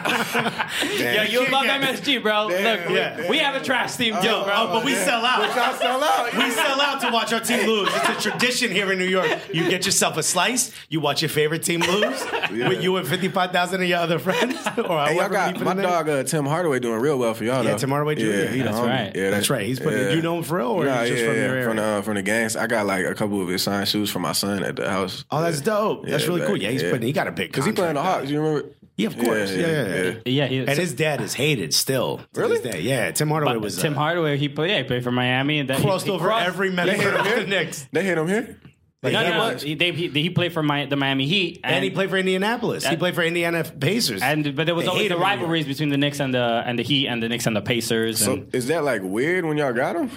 S3: Yo, you above
S4: Yeah.
S3: MSG, bro. Look, we-
S4: yeah.
S3: we have a trash team,
S8: Oh,
S3: Joe, bro.
S4: oh, but we sell out.
S8: Y'all sell out.
S4: We sell out to watch our team lose. It's a tradition here in New York. You get yourself a slice, you watch your favorite team lose with you and 55,000 of your other friends. Or
S8: Hey, y'all
S4: however many
S8: got
S4: put
S8: my
S4: in there.
S8: dog uh, Tim Hardaway doing real well for y'all.
S4: Yeah,
S8: though.
S4: Tim Hardaway Jr., yeah,
S8: the
S4: that's
S8: homie.
S3: right.
S8: that-
S4: That's right. He's putting- do you know him for real, or
S8: Nah,
S4: he's just
S8: yeah,
S4: from
S8: yeah,
S4: your area?
S8: From the, uh, from the gangs. I got like a couple of his signed shoes for my son at the house.
S4: Oh, that's dope. That's
S8: Yeah,
S4: really
S8: back-
S4: cool. Yeah, he's
S8: yeah.
S4: putting. He got a big.
S8: Cause he playing the Hawks. You remember?
S4: Yeah, of course. Yeah, yeah, yeah.
S3: Yeah, he,
S4: And his dad is hated still. to
S8: Really?
S4: this day. Yeah, Tim Hardaway was
S3: Tim
S4: uh,
S3: Hardaway. He played. Yeah, he played for Miami, and that he-
S4: crossed
S3: he
S4: over
S3: crossed-
S4: every member of the Knicks,
S8: They hit him here. Like,
S3: No,
S8: that
S3: no, no.
S8: much?
S3: He, they, he, he played for my, the Miami Heat,
S4: and he played for Indianapolis. He
S3: And-
S4: played for Indiana Pacers.
S3: And but there was
S4: They
S3: always
S4: hate
S3: the
S4: him in New York.
S3: rivalries between the Knicks and the and the Heat and the Knicks and the Pacers.
S8: So
S3: and,
S8: is that like weird when y'all got him?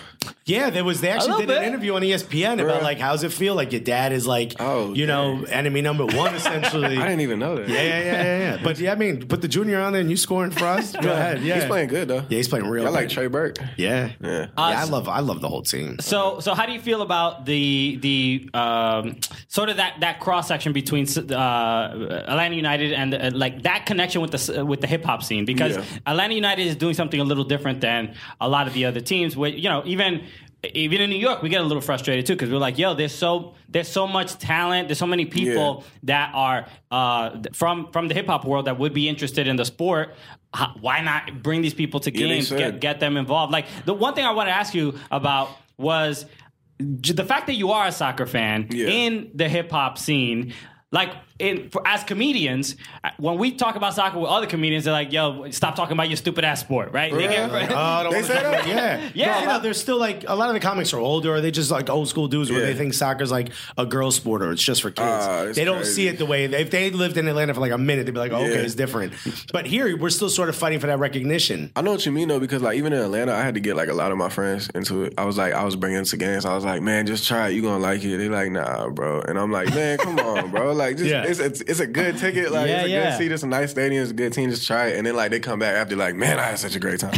S4: Yeah, there was. They actually
S3: little
S4: did an
S3: bit.
S4: interview on E ESPN about
S8: Bruh.
S4: like how's it feel like your dad is like
S8: Oh,
S4: you know enemy number one essentially.
S8: I didn't even know that.
S4: yeah, yeah, yeah, yeah, yeah. But yeah, I mean, put the junior on there and you scoring for us. Go ahead. Yeah,
S8: He's playing good though.
S4: Yeah, he's playing real.
S8: I like
S4: good.
S8: Trey Burke.
S4: Yeah, yeah. I
S3: so-
S4: love. I love the whole team.
S3: So, so how do you feel about the the um, sort of that, that cross section between uh, Atlanta United and uh, like that connection with the s- with the hip hop scene? Because
S8: Yeah.
S3: Atlanta United is doing something a little different than a lot of the other teams. Where you know even. Even in New York, we get a little frustrated too because we're like, "Yo, there's so there's so much talent, there's so many people that are uh, th- from from the hip hop world that would be interested in the sport. How, why not bring these people to
S8: Yeah, they
S3: games, get,
S8: said.
S3: get them involved. Like the one thing I want to ask you about was j- the fact that you are a soccer fan
S8: Yeah.
S3: in the hip hop scene. Like in, for, as comedians, uh, when we talk about soccer with other comedians, they're like, "Yo, stop talking about your stupid ass sport, right?" They get-
S4: Oh, I don't
S8: They
S4: wanna
S8: say
S4: talk
S8: that?
S4: about- Yeah,
S3: Yeah.
S4: No, you know, they're still like a lot of the comics are older, or they just like old school dudes where
S8: Yeah.
S4: they think soccer's like a girl sport or it's just for kids.
S8: Ah, it's
S4: they don't
S8: crazy.
S4: see it the way if they lived in Atlanta for like a minute, they'd be like, oh,
S8: Yeah.
S4: okay, it's different. But here, we're still sort of fighting for that recognition.
S8: I know what you mean though, because like even in Atlanta, I had to get like a lot of my friends into it. I was like, I was bringing it to games. I was like, man, just try it. You gonna like it? They're like, nah, bro. And I'm like, man, come on, bro. Like, just
S4: Yeah.
S8: it's, it's it's a good ticket. Like,
S3: Yeah,
S8: it's a
S3: yeah.
S8: good seat. It's a nice stadium. It's a good team. Just try it. And then like they come back after, like, man, I had such a great time.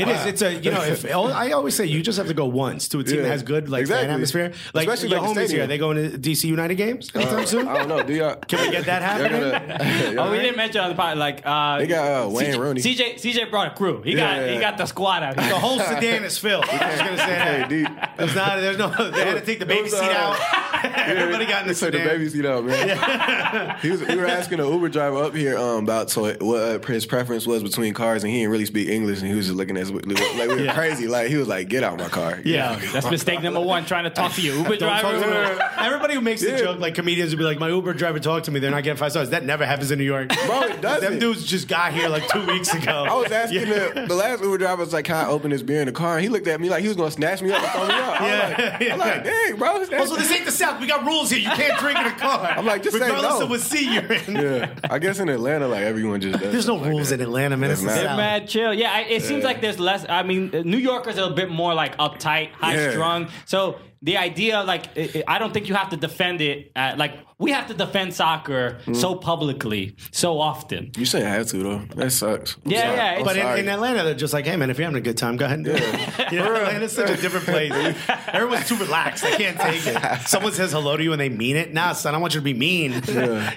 S4: It is. It's a you know. If I always say, you just have to go once to a team
S8: Yeah.
S4: that has good like fan
S8: Exactly.
S4: atmosphere. Like
S8: Especially,
S4: your
S8: like, the
S4: homies here,
S8: stadium. Uh,
S4: they going to DC United games anytime soon.
S8: I don't know. Do y'all?
S4: Can we get that
S8: Y'all
S4: happening?
S8: gonna- y'all
S3: Oh, we
S8: right?
S3: didn't mention on the pod. Like uh,
S8: They got, uh, Wayne
S3: CJ,
S8: Rooney.
S3: CJ CJ brought a crew. He got
S8: Yeah.
S3: he got the squad out.
S4: The whole sedan is filled. I'm just gonna say that.
S8: Hey, D.
S4: There's not. There's no. They had to take the baby
S8: It was, uh,
S4: seat out. Everybody got in the
S8: They took the
S4: sedan.
S8: baby seat out, man. he was, we were asking an Uber driver up here um, about so what his preference was between cars, and he didn't really speak English, and he was just looking at us like we were crazy. Like he was like, "Get out of my car."
S3: yeah, that's mistake number one. Trying to talk to your Uber
S4: Don't talk
S3: driver.
S4: to me. Everybody who makes the
S8: Yeah.
S4: joke, like comedians, would be like, "My Uber driver talked to me. They're not getting five stars." That never happens in New York.
S8: Bro, it doesn't.
S4: Them dudes just got here like two weeks ago.
S8: I was asking
S4: Yeah.
S8: the, the last Uber driver was like, "Can I open this beer in the car?" And he looked at me like he was gonna snatch me up and throw me out. I'm,
S4: Yeah,
S8: like,
S4: yeah.
S8: I'm like, "Dang, bro!" snatch
S4: Also, this ain't the South. We got rules here. You can't drink in a car.
S8: I'm like, this ain't
S4: regardless
S8: no.
S4: of what seat you're in.
S8: yeah, I guess in Atlanta, like everyone just does
S4: There's no
S8: stuff like
S4: rules
S8: that.
S4: in Atlanta, man. It's the
S8: There's not.
S3: They're
S4: South.
S3: mad chill. Yeah, I, it seems like there's less. I mean, uh, New Yorkers are a bit more like uptight, high
S8: Yeah.
S3: strung. So the idea, like, i i- I don't think you have to defend it. Uh, like, we have to defend soccer
S8: Mm.
S3: so publicly, so often.
S8: You shouldn't have to though. That sucks. I'm
S3: Yeah,
S8: sorry.
S3: yeah,
S8: I'm
S3: but
S4: But in,
S8: sorry.
S4: in Atlanta, they're just like, hey, man, if you're having a good time, go ahead and do it. You know, Atlanta's such a different place. Everyone's too relaxed. I can't take it. Someone says hello to you and they mean it. Nah, son, I want you to be mean.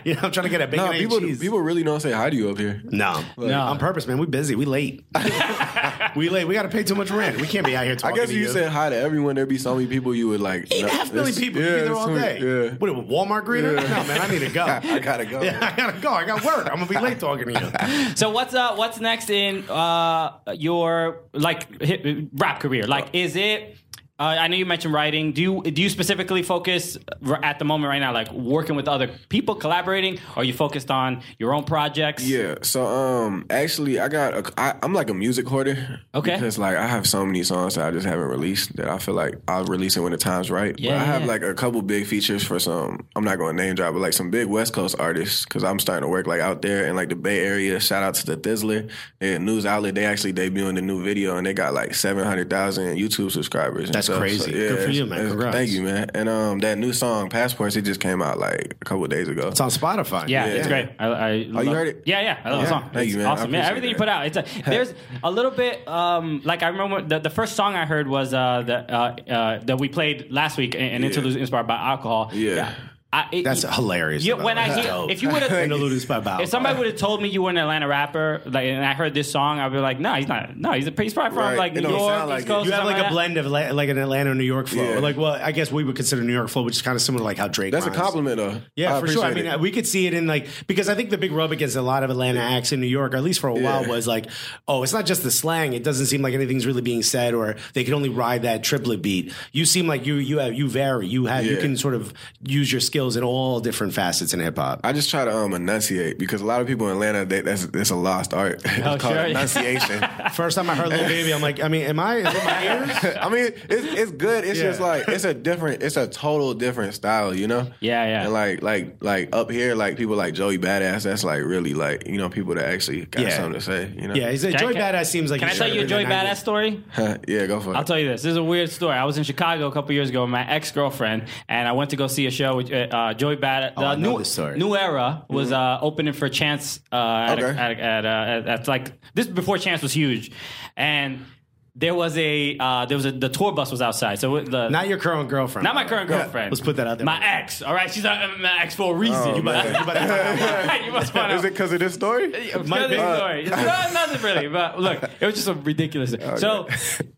S4: you know, I'm trying to get a bacon
S8: Nah,
S4: egg
S8: people,
S4: cheese.
S8: people really don't say hi to you up here.
S4: no,
S3: No.
S4: on purpose, man. We busy. We late. we late. We got to pay too much rent. We can't be out here
S8: I
S4: talking
S8: guess
S4: to
S8: if you said hi to everyone, there'd be so many people you would like.
S4: Eight
S8: no,
S4: half million
S8: it's-
S4: people. you be there all
S8: it's-
S4: day.
S8: Yeah.
S4: What, a Walmart greeter? No, man, I need to go.
S8: I gotta go.
S4: Yeah, I gotta go. I got work. I'm gonna be late talking to you.
S3: So what's uh what's next in uh your like hip, rap career? Like, is it? Uh, I know you mentioned writing. Do you do you specifically focus r- at the moment right now, like working with other people, collaborating? Or are you focused on your own projects?
S8: Yeah. So um, actually, I got a, I, I'm like a music hoarder.
S3: Okay.
S8: Because like I have so many songs that I just haven't released that I feel like I'll release it when the time's right.
S3: Yeah,
S8: But I have
S3: yeah.
S8: like a couple big features for some. I'm not going to name drop, but like some big West Coast artists because I'm starting to work like out there in like the Bay Area. Shout out to the Thizzler, their news outlet. They actually debuting the new video and they got like seven hundred thousand YouTube subscribers. and
S4: That's crazy.
S8: stuff.
S4: Good for
S8: it's-
S4: you, man.
S8: it's-
S4: Congrats.
S8: Thank you, man. And um, that new song Passports, it just came out like a couple days ago.
S4: It's on Spotify.
S3: Yeah, it's
S8: Yeah.
S3: great. I, I oh,
S8: you heard it?
S3: Yeah, yeah. I love the
S8: Yeah.
S3: song.
S8: Thank
S3: It's
S8: you, man. I
S3: Awesome. Yeah,
S8: appreciate
S3: everything you
S8: that.
S3: put out. It's a, there's a little bit um, like I remember the, the first song I heard was uh, the, uh, uh, that we played last week, an an interlude inspired by alcohol.
S8: Yeah.
S3: I, it,
S4: That's
S3: you-
S4: hilarious.
S3: You,
S4: by the
S3: when
S4: way.
S3: I
S4: That's
S3: hear,
S4: dope.
S3: if you would have.
S4: Interlude is by Bow.
S3: If somebody would have told me you were an Atlanta rapper, like, and I heard this song, I'd be like, "No, he's not. No, he's a he's probably from
S8: Right.
S3: like
S8: It
S3: New
S8: don't
S3: York,
S8: sound like
S3: East
S8: it.
S3: Coast."
S4: You
S3: or
S4: have
S3: something
S4: like a
S3: that.
S4: blend of la- like an Atlanta or New York flow.
S8: Yeah.
S4: Or like, well, I guess we would consider New York flow, which is kind of similar to like how Drake.
S8: That's a
S4: rhymes.
S8: compliment, though.
S4: Yeah, for sure. I
S8: appreciate
S4: mean, uh,
S8: it.
S4: we could see it in like because I think the big rub against a lot of Atlanta acts in New York, or at least for a while,
S8: Yeah.
S4: was like, oh, it's not just the slang. It doesn't seem like anything's really being said, or they can only ride that triplet beat. You seem like you you have, you vary. You have you
S8: Yeah.
S4: can sort of use your skills in all different facets in hip hop.
S8: I just try to um, enunciate because a lot of people in Atlanta, they, that's it's a lost art. it's
S3: Oh,
S8: called
S3: sure.
S8: enunciation.
S4: First time I heard Lil Baby, I'm like, I mean, am I? Is it my ears?
S8: I mean, it's it's good. It's
S4: Yeah.
S8: just like it's a different, it's a total different style, you know.
S3: Yeah, yeah.
S8: And like like like up here, like people like Joey Badass. That's like really like you know people that actually got
S4: Yeah.
S8: something to say, you know.
S4: Yeah, he's a
S3: Can I-
S4: Joy
S3: can-
S4: Badass seems like.
S3: Can I
S4: he
S3: tell
S4: should've
S3: you a
S4: been
S3: Joey
S4: in the 90s.
S3: Badass story?
S8: yeah, go for it.
S3: I'll tell you this. This is a weird story. I was in Chicago a couple years ago with my ex girlfriend, and I went to go see a show with uh, uh, Joey Bad.
S4: Oh, I know
S3: new,
S4: this story. Mm-hmm.
S3: New Era was uh, opening for Chance uh, at,
S8: Okay.
S3: at, at, uh, at, at like this is before Chance was huge, and there was a uh, there was a the tour bus was outside. So the
S4: Not your current girlfriend.
S3: not my current girlfriend.
S4: Let's put that out there.
S3: My ex. All right, she's not my ex for a reason.
S8: Oh,
S3: you, must,
S8: man.
S4: You better find out why.
S3: you must find out.
S8: Is it because of this story?
S3: It's
S4: Might
S3: kind of
S4: be.
S8: Uh,
S3: the story. It's not, nothing really, but look, it was just a ridiculous. Thing. So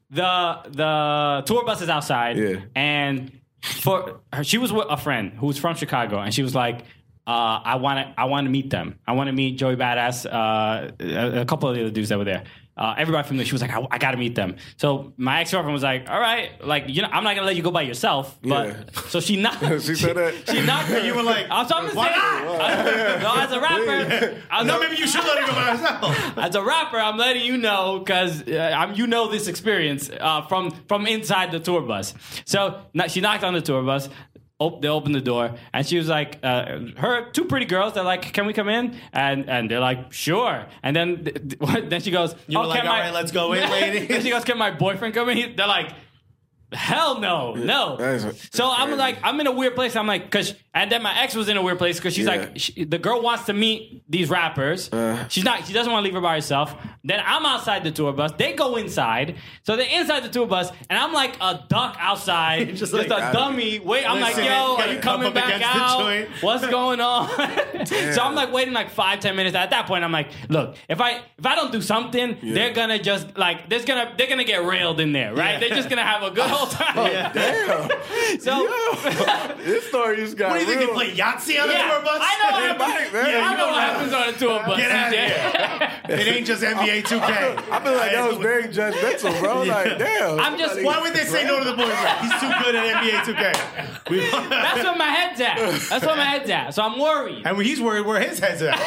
S3: the the tour bus is outside,
S8: Yeah.
S3: and for her, she was with a friend who's from Chicago, and she was like. Uh, I want to. I want to meet them. I want to meet Joey Badass, uh, a, a couple of the other dudes that were there. Uh, everybody from there. She was like, I, I got to meet them. So my ex girlfriend was like, All right, like you know, I'm not gonna let you go by yourself. But
S8: Yeah.
S3: so she knocked.
S8: She said that.
S3: She knocked. her.
S4: You were like,
S3: I'm talking to say
S4: why-
S3: that. No, as a rapper, I
S4: No, maybe you should let her go by herself.
S3: as a rapper, I'm letting you know because uh, I'm you know this experience uh, from from inside the tour bus. So no- she knocked on the tour bus. Op- they opened the door and she was like, uh, her two pretty girls. They're like, "Can we come in?" And and they're like, "Sure." And then th- th- then she goes,
S4: You were
S3: "Oh,
S4: like,
S3: can
S4: "All
S3: my-
S4: right, let's go in, lady."
S3: then she goes, "Can my boyfriend come in?" He- They're like. Hell no, no.
S8: that is-
S3: so I'm
S8: crazy.
S3: like, I'm in a weird place. I'm like, cause, and then my ex was in a weird place because she's
S8: Yeah.
S3: like, she, the girl wants to meet these rappers.
S4: Uh.
S3: She's not. She doesn't want to leave her by herself. Then I'm outside the tour bus. They go inside. So they're inside the tour bus, and I'm like a duck outside, just,
S4: Just like-
S3: a dummy. Wait, I'm like,
S4: Listen,
S3: yo,
S4: gotta
S3: are you
S4: come
S3: coming
S4: up
S3: back
S4: against the
S3: out?
S4: joint.
S3: What's going on? so I'm like waiting like five, ten minutes. At that point, I'm like, look, if I if I don't do something, they're gonna just like there's gonna they're gonna get railed in there, right?
S4: Yeah. Oh,
S3: They're just gonna have a good old time. So.
S8: this story just got
S4: What do you think
S8: real.
S4: they play Yahtzee on the
S3: Yeah,
S4: tour bus?
S3: I know what
S8: Hey,
S3: happens.
S8: Mike,
S3: I
S8: man, you
S3: know
S8: know
S3: what
S8: how-
S3: happens on a tour bus.
S4: Get out
S3: CJ.
S4: of here. it ain't just NBA 2K.
S8: I feel like that was very judgmental, bro. Like, damn.
S3: I'm just-
S8: somebody-
S3: Why
S4: Why would they say no to the boyfriend? He's too good at NBA 2K. We,
S3: That's where my head's at. That's where my head's at. So I'm worried.
S4: and he's worried where his head's at.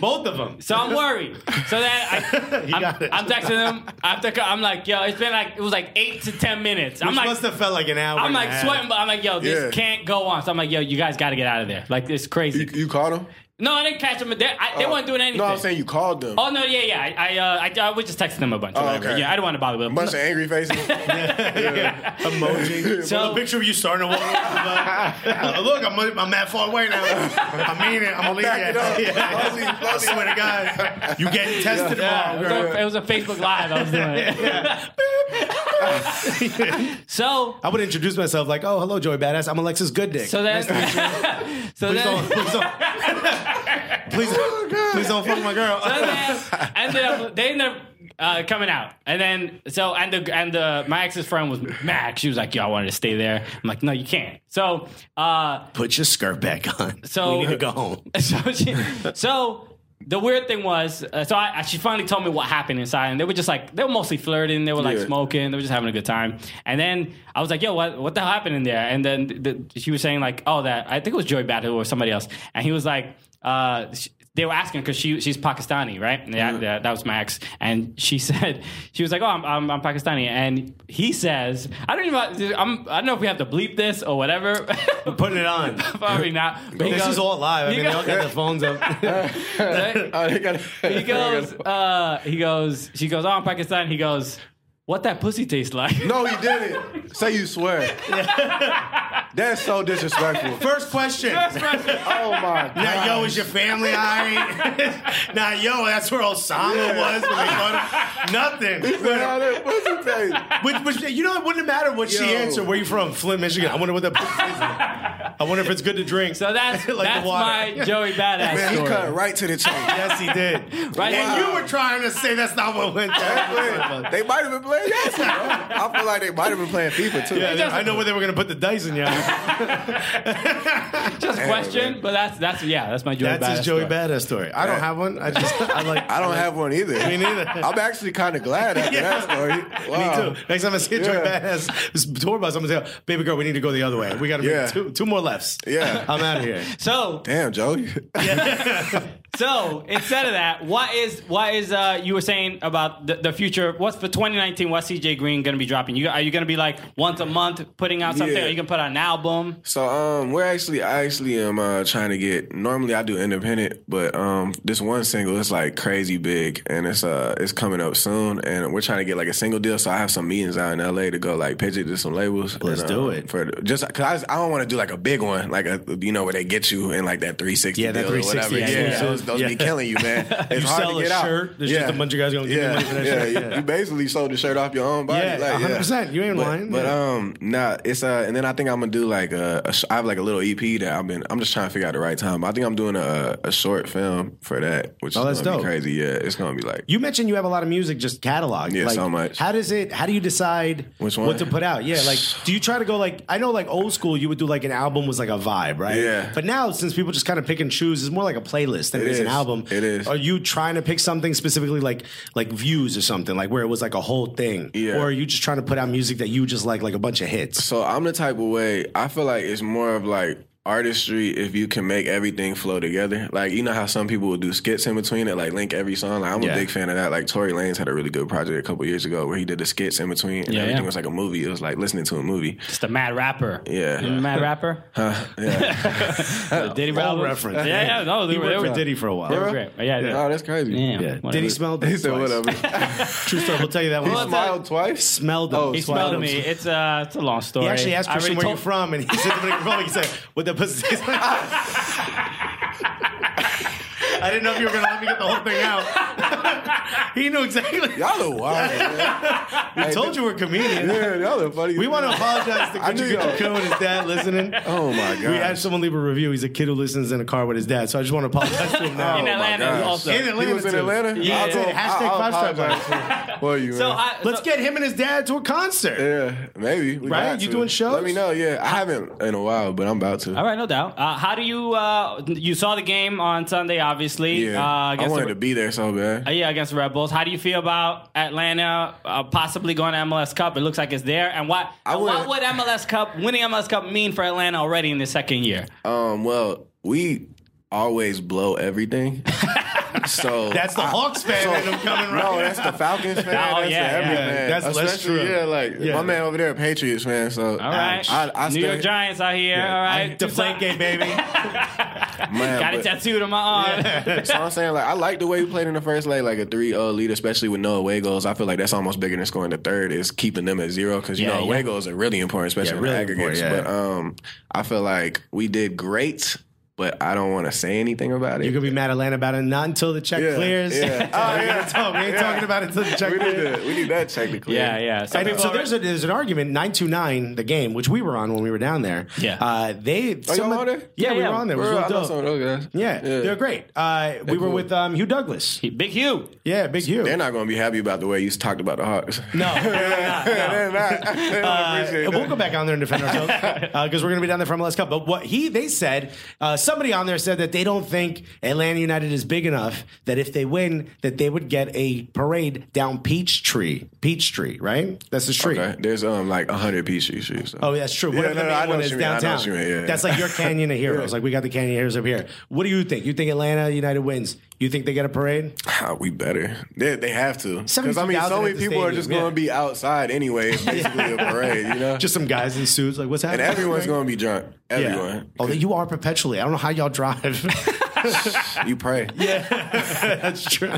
S4: Both of them.
S3: So I'm worried. So then I,
S4: He
S3: I'm,
S4: got it.
S3: I'm texting him. I'm, text- I'm like, yo, it's been like it was like eight to ten minutes. I'm
S4: Which
S3: like,
S4: must have felt like an hour.
S3: I'm
S4: and a
S3: like
S4: half.
S3: sweating, but I'm like, yo, this
S8: Yeah.
S3: can't go on. So I'm like, yo, you guys got to get out of there. Like it's
S8: You,
S3: crazy.
S8: you caught him?
S3: No, I didn't catch them. They, I, they weren't doing anything.
S8: No, I'm saying you called them.
S3: Oh no, yeah, yeah. I, I, uh, I, I was just texting them a bunch. or
S8: Oh,
S3: whatever.
S8: okay.
S3: Yeah, I don't want to bother with
S8: A
S3: them.
S8: bunch of angry faces.
S4: Emoji.
S3: So-
S4: So, a picture of you starting to walk. Uh, look, I'm, I'm that far away now. I mean it. I'm gonna leave
S8: Back it up.
S4: you. Yeah. I swear to God, you getting tested
S3: Yeah, it,
S4: tomorrow,
S3: was
S4: girl.
S3: a, it was a Facebook Live I was doing. so,
S4: I would introduce myself like, "Oh, hello, Joey Badass. I'm Alexis Gooddick.
S3: so then, so
S4: please don't,
S3: then,
S4: please don't, please, please don't fuck my girl."
S3: so then ended up they ended up uh, coming out, and then so and the and the my ex's friend was mad. She was like, "Yo, I wanted to stay there." I'm like, "No, you can't." So, uh,
S4: Put your skirt back on.
S3: So-
S4: we need to go home.
S3: so she, so the weird thing was, uh, so I, she finally told me what happened inside, and they were just like they were mostly flirting, they were like
S8: Yeah.
S3: smoking, they were just having a good time. And then I was like, "Yo, what what the hell happened in there?" And then the, she was saying like, "Oh, that I think it was Joey Badu or somebody else," and he was like. Uh, sh- they were asking because she she's Pakistani, right? And that, that, that was Max, and she said she was like, "Oh, I'm, I'm I'm Pakistani," and he says, "I don't even I'm I don't know if we have to bleep this or whatever."
S4: I'm putting it on.
S3: Probably not. But he
S4: this
S3: goes-
S4: is all live. I
S3: he
S4: mean, they all got their phones up.
S3: goes-
S8: Oh, they got-
S3: he goes, uh, he goes, she goes, oh, I'm Pakistan. He goes, what that pussy tastes like?
S8: No, he didn't. Say you swear. That's so disrespectful.
S4: First question.
S8: Oh my god.
S4: Now, yo, is your family all right? now, yo, that's where Osama was when they caught him. Nothing.
S8: How that pussy taste?
S4: Which, which, you know, it wouldn't matter what she
S8: Yo.
S4: answered. Where you from? Flint, Michigan. I wonder what that. Pussy is. I wonder if it's good to drink.
S3: So that's
S4: Like the
S3: that's
S4: water.
S3: my Joey Badass
S8: Man, he
S3: story.
S8: cut right to the chain.
S4: yes, he did.
S3: Right?
S4: And you were trying to say that's not what went down.
S8: They might have been playing Yahtzee, bro. I feel like they might have been playing FIFA too.
S4: Yeah, I know where they were going to put the dice in. Yeah,
S3: Just question, but that's that's yeah, that's my Joey
S4: that's
S3: Badass.
S4: his Joey
S3: story.
S4: Badass story. I don't have one. I just I like.
S8: I don't have one either.
S4: Me neither.
S8: I'm actually kind of glad after that story. Wow.
S4: Me too. Next time I see a Joey
S8: Uh-huh. Yeah.
S4: Badass tour bus, I'm gonna say, "Baby girl, we need to go the other way. We got to
S8: Yeah.
S4: make two, two more lefts.
S8: Yeah.
S4: I'm out of here.
S3: So,
S8: Damn, Joe.
S3: so instead of that, what is what is uh you were saying about the, the future? What's for 2019? What's CJ Green gonna be dropping? You are you gonna be like once a month putting out something?
S8: Yeah.
S3: Or you gonna put out an album?
S8: So um, we're actually I actually am uh, trying to get. Normally I do independent, but um, this one single is like crazy big, and it's uh it's coming up soon, and we're trying to get like a single deal. So I have some meetings out in L.A. to go like pitch it to some labels.
S4: Let's
S8: and,
S4: do
S8: um,
S4: it.
S8: for just because I, I don't want to do like a big one, like a, you know where they get you in like that three sixty.
S4: Yeah, that
S8: deal or whatever.
S4: 360
S8: Yeah,
S4: exclusive.
S8: those, those
S4: Yeah.
S8: be killing you, man. It's
S4: you
S8: hard
S4: sell
S8: to get
S4: a
S8: out.
S4: shirt, there's just a bunch of guys gonna give you
S8: yeah,
S4: money for that
S8: yeah,
S4: shirt.
S8: you-
S4: Yeah.
S8: You, basically sold the shirt off your own body.
S4: Yeah,
S8: like,
S4: 100%. You ain't
S8: but,
S4: lying.
S8: But
S4: Yeah.
S8: um, nah, it's uh, and then I think I'm gonna do like a, a sh- I have like a little EP that I've been. I'm just trying to figure out the right time. I think I'm doing a, a short film for that, which
S4: Oh,
S8: is
S4: that's
S8: gonna be
S4: dope.
S8: crazy. Yeah, it's gonna be like
S4: You mentioned you have a lot of music just cataloged.
S8: Yeah,
S4: like,
S8: so much.
S4: How does it? How do you decide
S8: Which one?
S4: what to put out? Yeah, like do you try to go like I know like old school you would do like an album was like a vibe, right?
S8: Yeah.
S4: But now since people just kind of pick and choose, it's more like a playlist than it
S8: It
S4: is, an
S8: is.
S4: album.
S8: It is.
S4: Are you trying to pick something specifically like like views or something like where it was like a whole thing?
S8: Yeah.
S4: Or are you just trying to put out music that you just like like a bunch of hits?
S8: So I'm the type of way I feel like it's more of like artistry if you can make everything flow together. Like you know how some people will do skits in between it, like link every song. Like I'm
S4: Yeah.
S8: a big fan of that. Like Tory Lanez had a really good project a couple years ago where he did the skits in between and
S3: Yeah,
S8: everything
S3: yeah.
S8: was like a movie. It was like listening to a movie.
S3: Just a mad rapper.
S8: Yeah.
S3: Remember mad rapper. The Diddy album?
S4: reference.
S3: Yeah, yeah, no, they
S4: he
S3: were,
S4: worked
S3: they were
S4: for Diddy for a while.
S3: They were great. Yeah, yeah.
S8: Oh, that's crazy.
S3: Damn,
S4: Yeah.
S3: whatever.
S4: Diddy smelled
S8: He
S4: it.
S8: said
S4: Twice.
S8: whatever.
S4: True story. We'll tell you that one.
S3: Well,
S8: Smiled twice.
S4: smelled him.
S8: Oh,
S3: He
S8: smelled
S3: smelled me. It's uh, it's a long story.
S4: He actually asked
S3: I already
S4: Christian where
S3: told-
S4: you from, and he said Dominican Republic. He said, "What the pussy?" taste like?" I didn't know if you were gonna let me get the whole thing out. he knew exactly.
S8: Y'all are wild. Man.
S4: We told you we're comedians.
S8: Yeah, y'all are funny.
S4: We want to apologize to
S8: I knew
S4: Gucci Gucci
S8: y'all-
S4: Coo and his dad listening.
S8: Oh my god.
S4: We had someone leave a review. He's a kid who listens in a car with his dad. So I just want to apologize to him now.
S3: In
S8: Oh, my
S3: Atlanta
S8: gosh.
S3: also.
S4: In Atlanta,
S8: He was in
S4: too.
S8: Atlanta.
S3: Yeah.
S8: I'll go-
S4: Hashtag
S8: I'll- I'll
S4: five star
S8: apologize For you,
S3: So
S8: man.
S3: I,
S4: Let's
S3: so-
S4: get him and his dad to a concert.
S8: Yeah, maybe. We
S4: Right?
S8: got
S4: You
S8: to.
S4: doing shows?
S8: Let me know. Yeah, I haven't in a while, but I'm about to.
S3: All right, no doubt. Uh, how do you? Uh, you saw the game on Sunday, obviously.
S8: Yeah,
S3: Uh,
S8: I
S3: against
S8: wanted
S3: the,
S8: to be there so bad.
S3: uh, yeah, against the Red Bulls. How do you feel about Atlanta uh, possibly going to MLS Cup? It looks like it's there. And what?
S8: I
S3: and what
S8: wouldn't-
S3: would MLS Cup winning MLS Cup mean for Atlanta already in the second year?
S8: um, well, we always blow everything. so
S4: That's the Hawks fan
S8: so-
S4: in him coming right.
S8: No, that's the Falcons fan.
S3: Oh,
S8: that's
S3: yeah,
S8: the every
S3: yeah.
S8: man.
S4: That's less
S8: Especially,
S4: true.
S8: Yeah, like
S4: Yeah.
S8: my man over there, a Patriots fan. So
S3: All right,
S8: I, I, I
S3: New
S8: stay-
S3: York Giants out here. all right,
S4: Deflate game, baby.
S8: Man,
S3: Got
S8: but-
S3: it tattooed on my arm.
S8: so I'm saying like I like the way we played in the first leg, like a 3-0 lead, especially with no away goals. I feel like that's almost bigger than scoring the third is keeping them at zero because you
S3: Yeah,
S8: know away
S3: yeah.
S8: goals are really important, especially
S4: Yeah,
S8: in the
S4: really
S8: aggregates.
S4: important, yeah.
S8: But um, I feel like we did great, but I don't want to say anything about it.
S4: You're gonna be mad Atlanta about it, not until the check
S8: Yeah,
S4: clears.
S8: yeah.
S4: Oh,
S8: Oh,
S4: we,
S8: yeah.
S4: ain't talk- we ain't
S8: Yeah.
S4: talking about it until the check
S8: we need
S4: clears.
S8: that. We need that technically.
S3: Yeah, yeah. Some
S4: And
S3: people
S4: so
S3: are-
S4: there's a, there's an argument nine two nine the game which we were on when we were down there.
S3: Yeah.
S4: uh, they
S8: Oh,
S4: some
S8: y'all
S4: of-
S8: were there?
S4: Yeah,
S3: Yeah,
S4: we
S3: yeah.
S4: were on there. It was
S8: Bro, I
S4: real
S8: know
S4: dope.
S8: some of those guys.
S4: yeah, they're great. Uh, we were
S8: cool.
S4: with um, Hugh Douglas.
S3: Big Hugh.
S4: Yeah, big Hugh.
S8: They're not going to be happy about the way you talked about the Hawks.
S4: no,
S8: they're not. They don't appreciate
S4: Uh,
S8: that.
S4: we'll go back on there and defend ourselves because we're going to be down there for MLS Cup. But what he they said, uh, somebody on there said that they don't think Atlanta United is big enough that if they win, that they would get a parade down Peachtree, Peachtree, right? That's the street.
S8: Okay, There's um like a hundred piece shoes.
S4: Oh, that's true.
S8: Yeah,
S4: Whatever
S8: no,
S4: the
S8: no, I
S4: main
S8: know
S4: one
S8: what
S4: is
S8: you mean. I know what
S4: downtown.
S8: you mean, yeah, yeah.
S4: That's like your Canyon of Heroes. Like we got the Canyon of Heroes up here. What do you think? You think Atlanta United wins? You think they get a parade?
S8: Ah, we better. They, they have to. Because I
S4: 72,000
S8: mean, so
S4: at
S8: many
S4: the
S8: people are just
S4: stadium,
S8: going to be outside anyway. It's basically a parade, you know.
S4: Just some guys in suits. Like what's
S8: and
S4: happening?
S8: everyone's going to be drunk. Everyone.
S4: Although you are perpetually. I don't know how y'all drive.
S8: You pray. Yeah.
S4: That's true.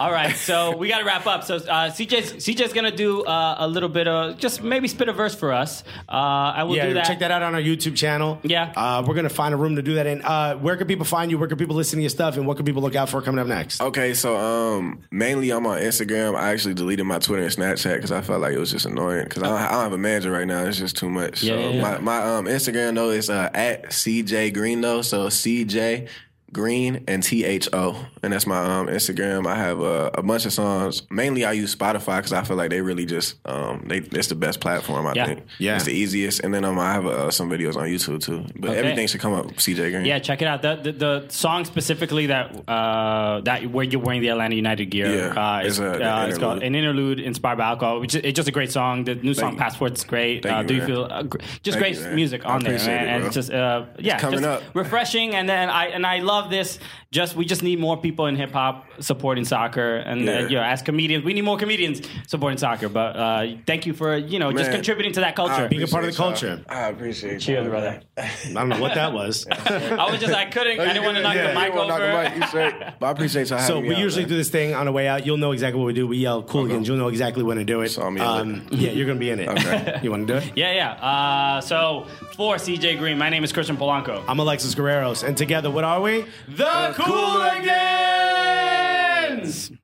S3: All right, so we got to wrap up. So uh, CJ's CJ's gonna do uh, a little bit of just maybe spit a verse for us. Uh, I will
S4: yeah,
S3: do that.
S4: check that out on our YouTube channel.
S3: Yeah.
S4: Uh, we're going to find a room to do that in. Uh, where can people find you? Where can people listen to your stuff? And what can people look out for coming up next?
S8: Okay, so um, mainly I'm on Instagram. I actually deleted my Twitter and Snapchat because I felt like it was just annoying. Because I, don't- I don't have a manager right now. It's just too much.
S3: Yeah,
S8: so
S3: yeah, yeah.
S8: my, my um, Instagram though is uh, at CJ Green though. So CJ Green and T H O, and that's my um, Instagram. I have uh, a bunch of songs. Mainly, I use Spotify because I feel like they really just um, they it's the best platform. I
S3: Yeah.
S8: think
S4: Yeah.
S8: it's the easiest. And then um, I have uh, some videos on YouTube too. But
S3: Okay.
S8: everything should come up. CJ Green.
S3: Yeah, check it out. The the, the song specifically that uh, that where you're wearing the Atlanta United gear.
S8: Yeah,
S3: uh, it's,
S8: it's a-
S3: uh, it's called
S8: interlude.
S3: an interlude inspired by alcohol. Which is, it's just a great song. The new song
S8: you.
S3: Passport's great.
S8: Thank
S3: uh,
S8: you,
S3: do you
S8: man.
S3: feel uh, gr- just
S8: Thank
S3: great
S8: you, man.
S3: music
S8: I
S3: on there,
S8: appreciate
S3: man.
S8: it,
S3: and
S8: bro.
S3: it's just uh, yeah,
S8: It's coming
S3: just
S8: up.
S3: refreshing. And then I and I love this. Just we just need more people in hip hop supporting soccer, and uh,
S8: Yeah.
S3: you know, as comedians, we need more comedians supporting soccer. But uh, thank you for you know just
S8: Man.
S3: contributing to that culture.
S4: Being a part of the
S8: appreciate y'all.
S4: culture.
S8: I appreciate.
S3: Cheers,
S8: y'all,
S3: brother.
S8: man.
S4: I don't know what that was.
S3: I was just I couldn't. I didn't want to knock
S8: Yeah,
S3: the
S8: you
S3: mic
S8: wanna knock the
S3: over.
S8: mic, you straight. But I appreciate y'all
S4: So
S8: having me
S4: we
S8: out,
S4: usually
S8: man.
S4: do this thing on the way out. You'll know exactly what we do. We yell "Cooligans."
S8: Okay.
S4: You'll know exactly when to do it. Um,
S8: So I'm in it.
S4: yeah, you're gonna be in it.
S8: Okay.
S4: You want to do it?
S3: Yeah, yeah. Uh, so for CJ Green, my name is Christian Polanco.
S4: I'm Alexis Guerreros, and together, what are we?
S3: The Cooligans!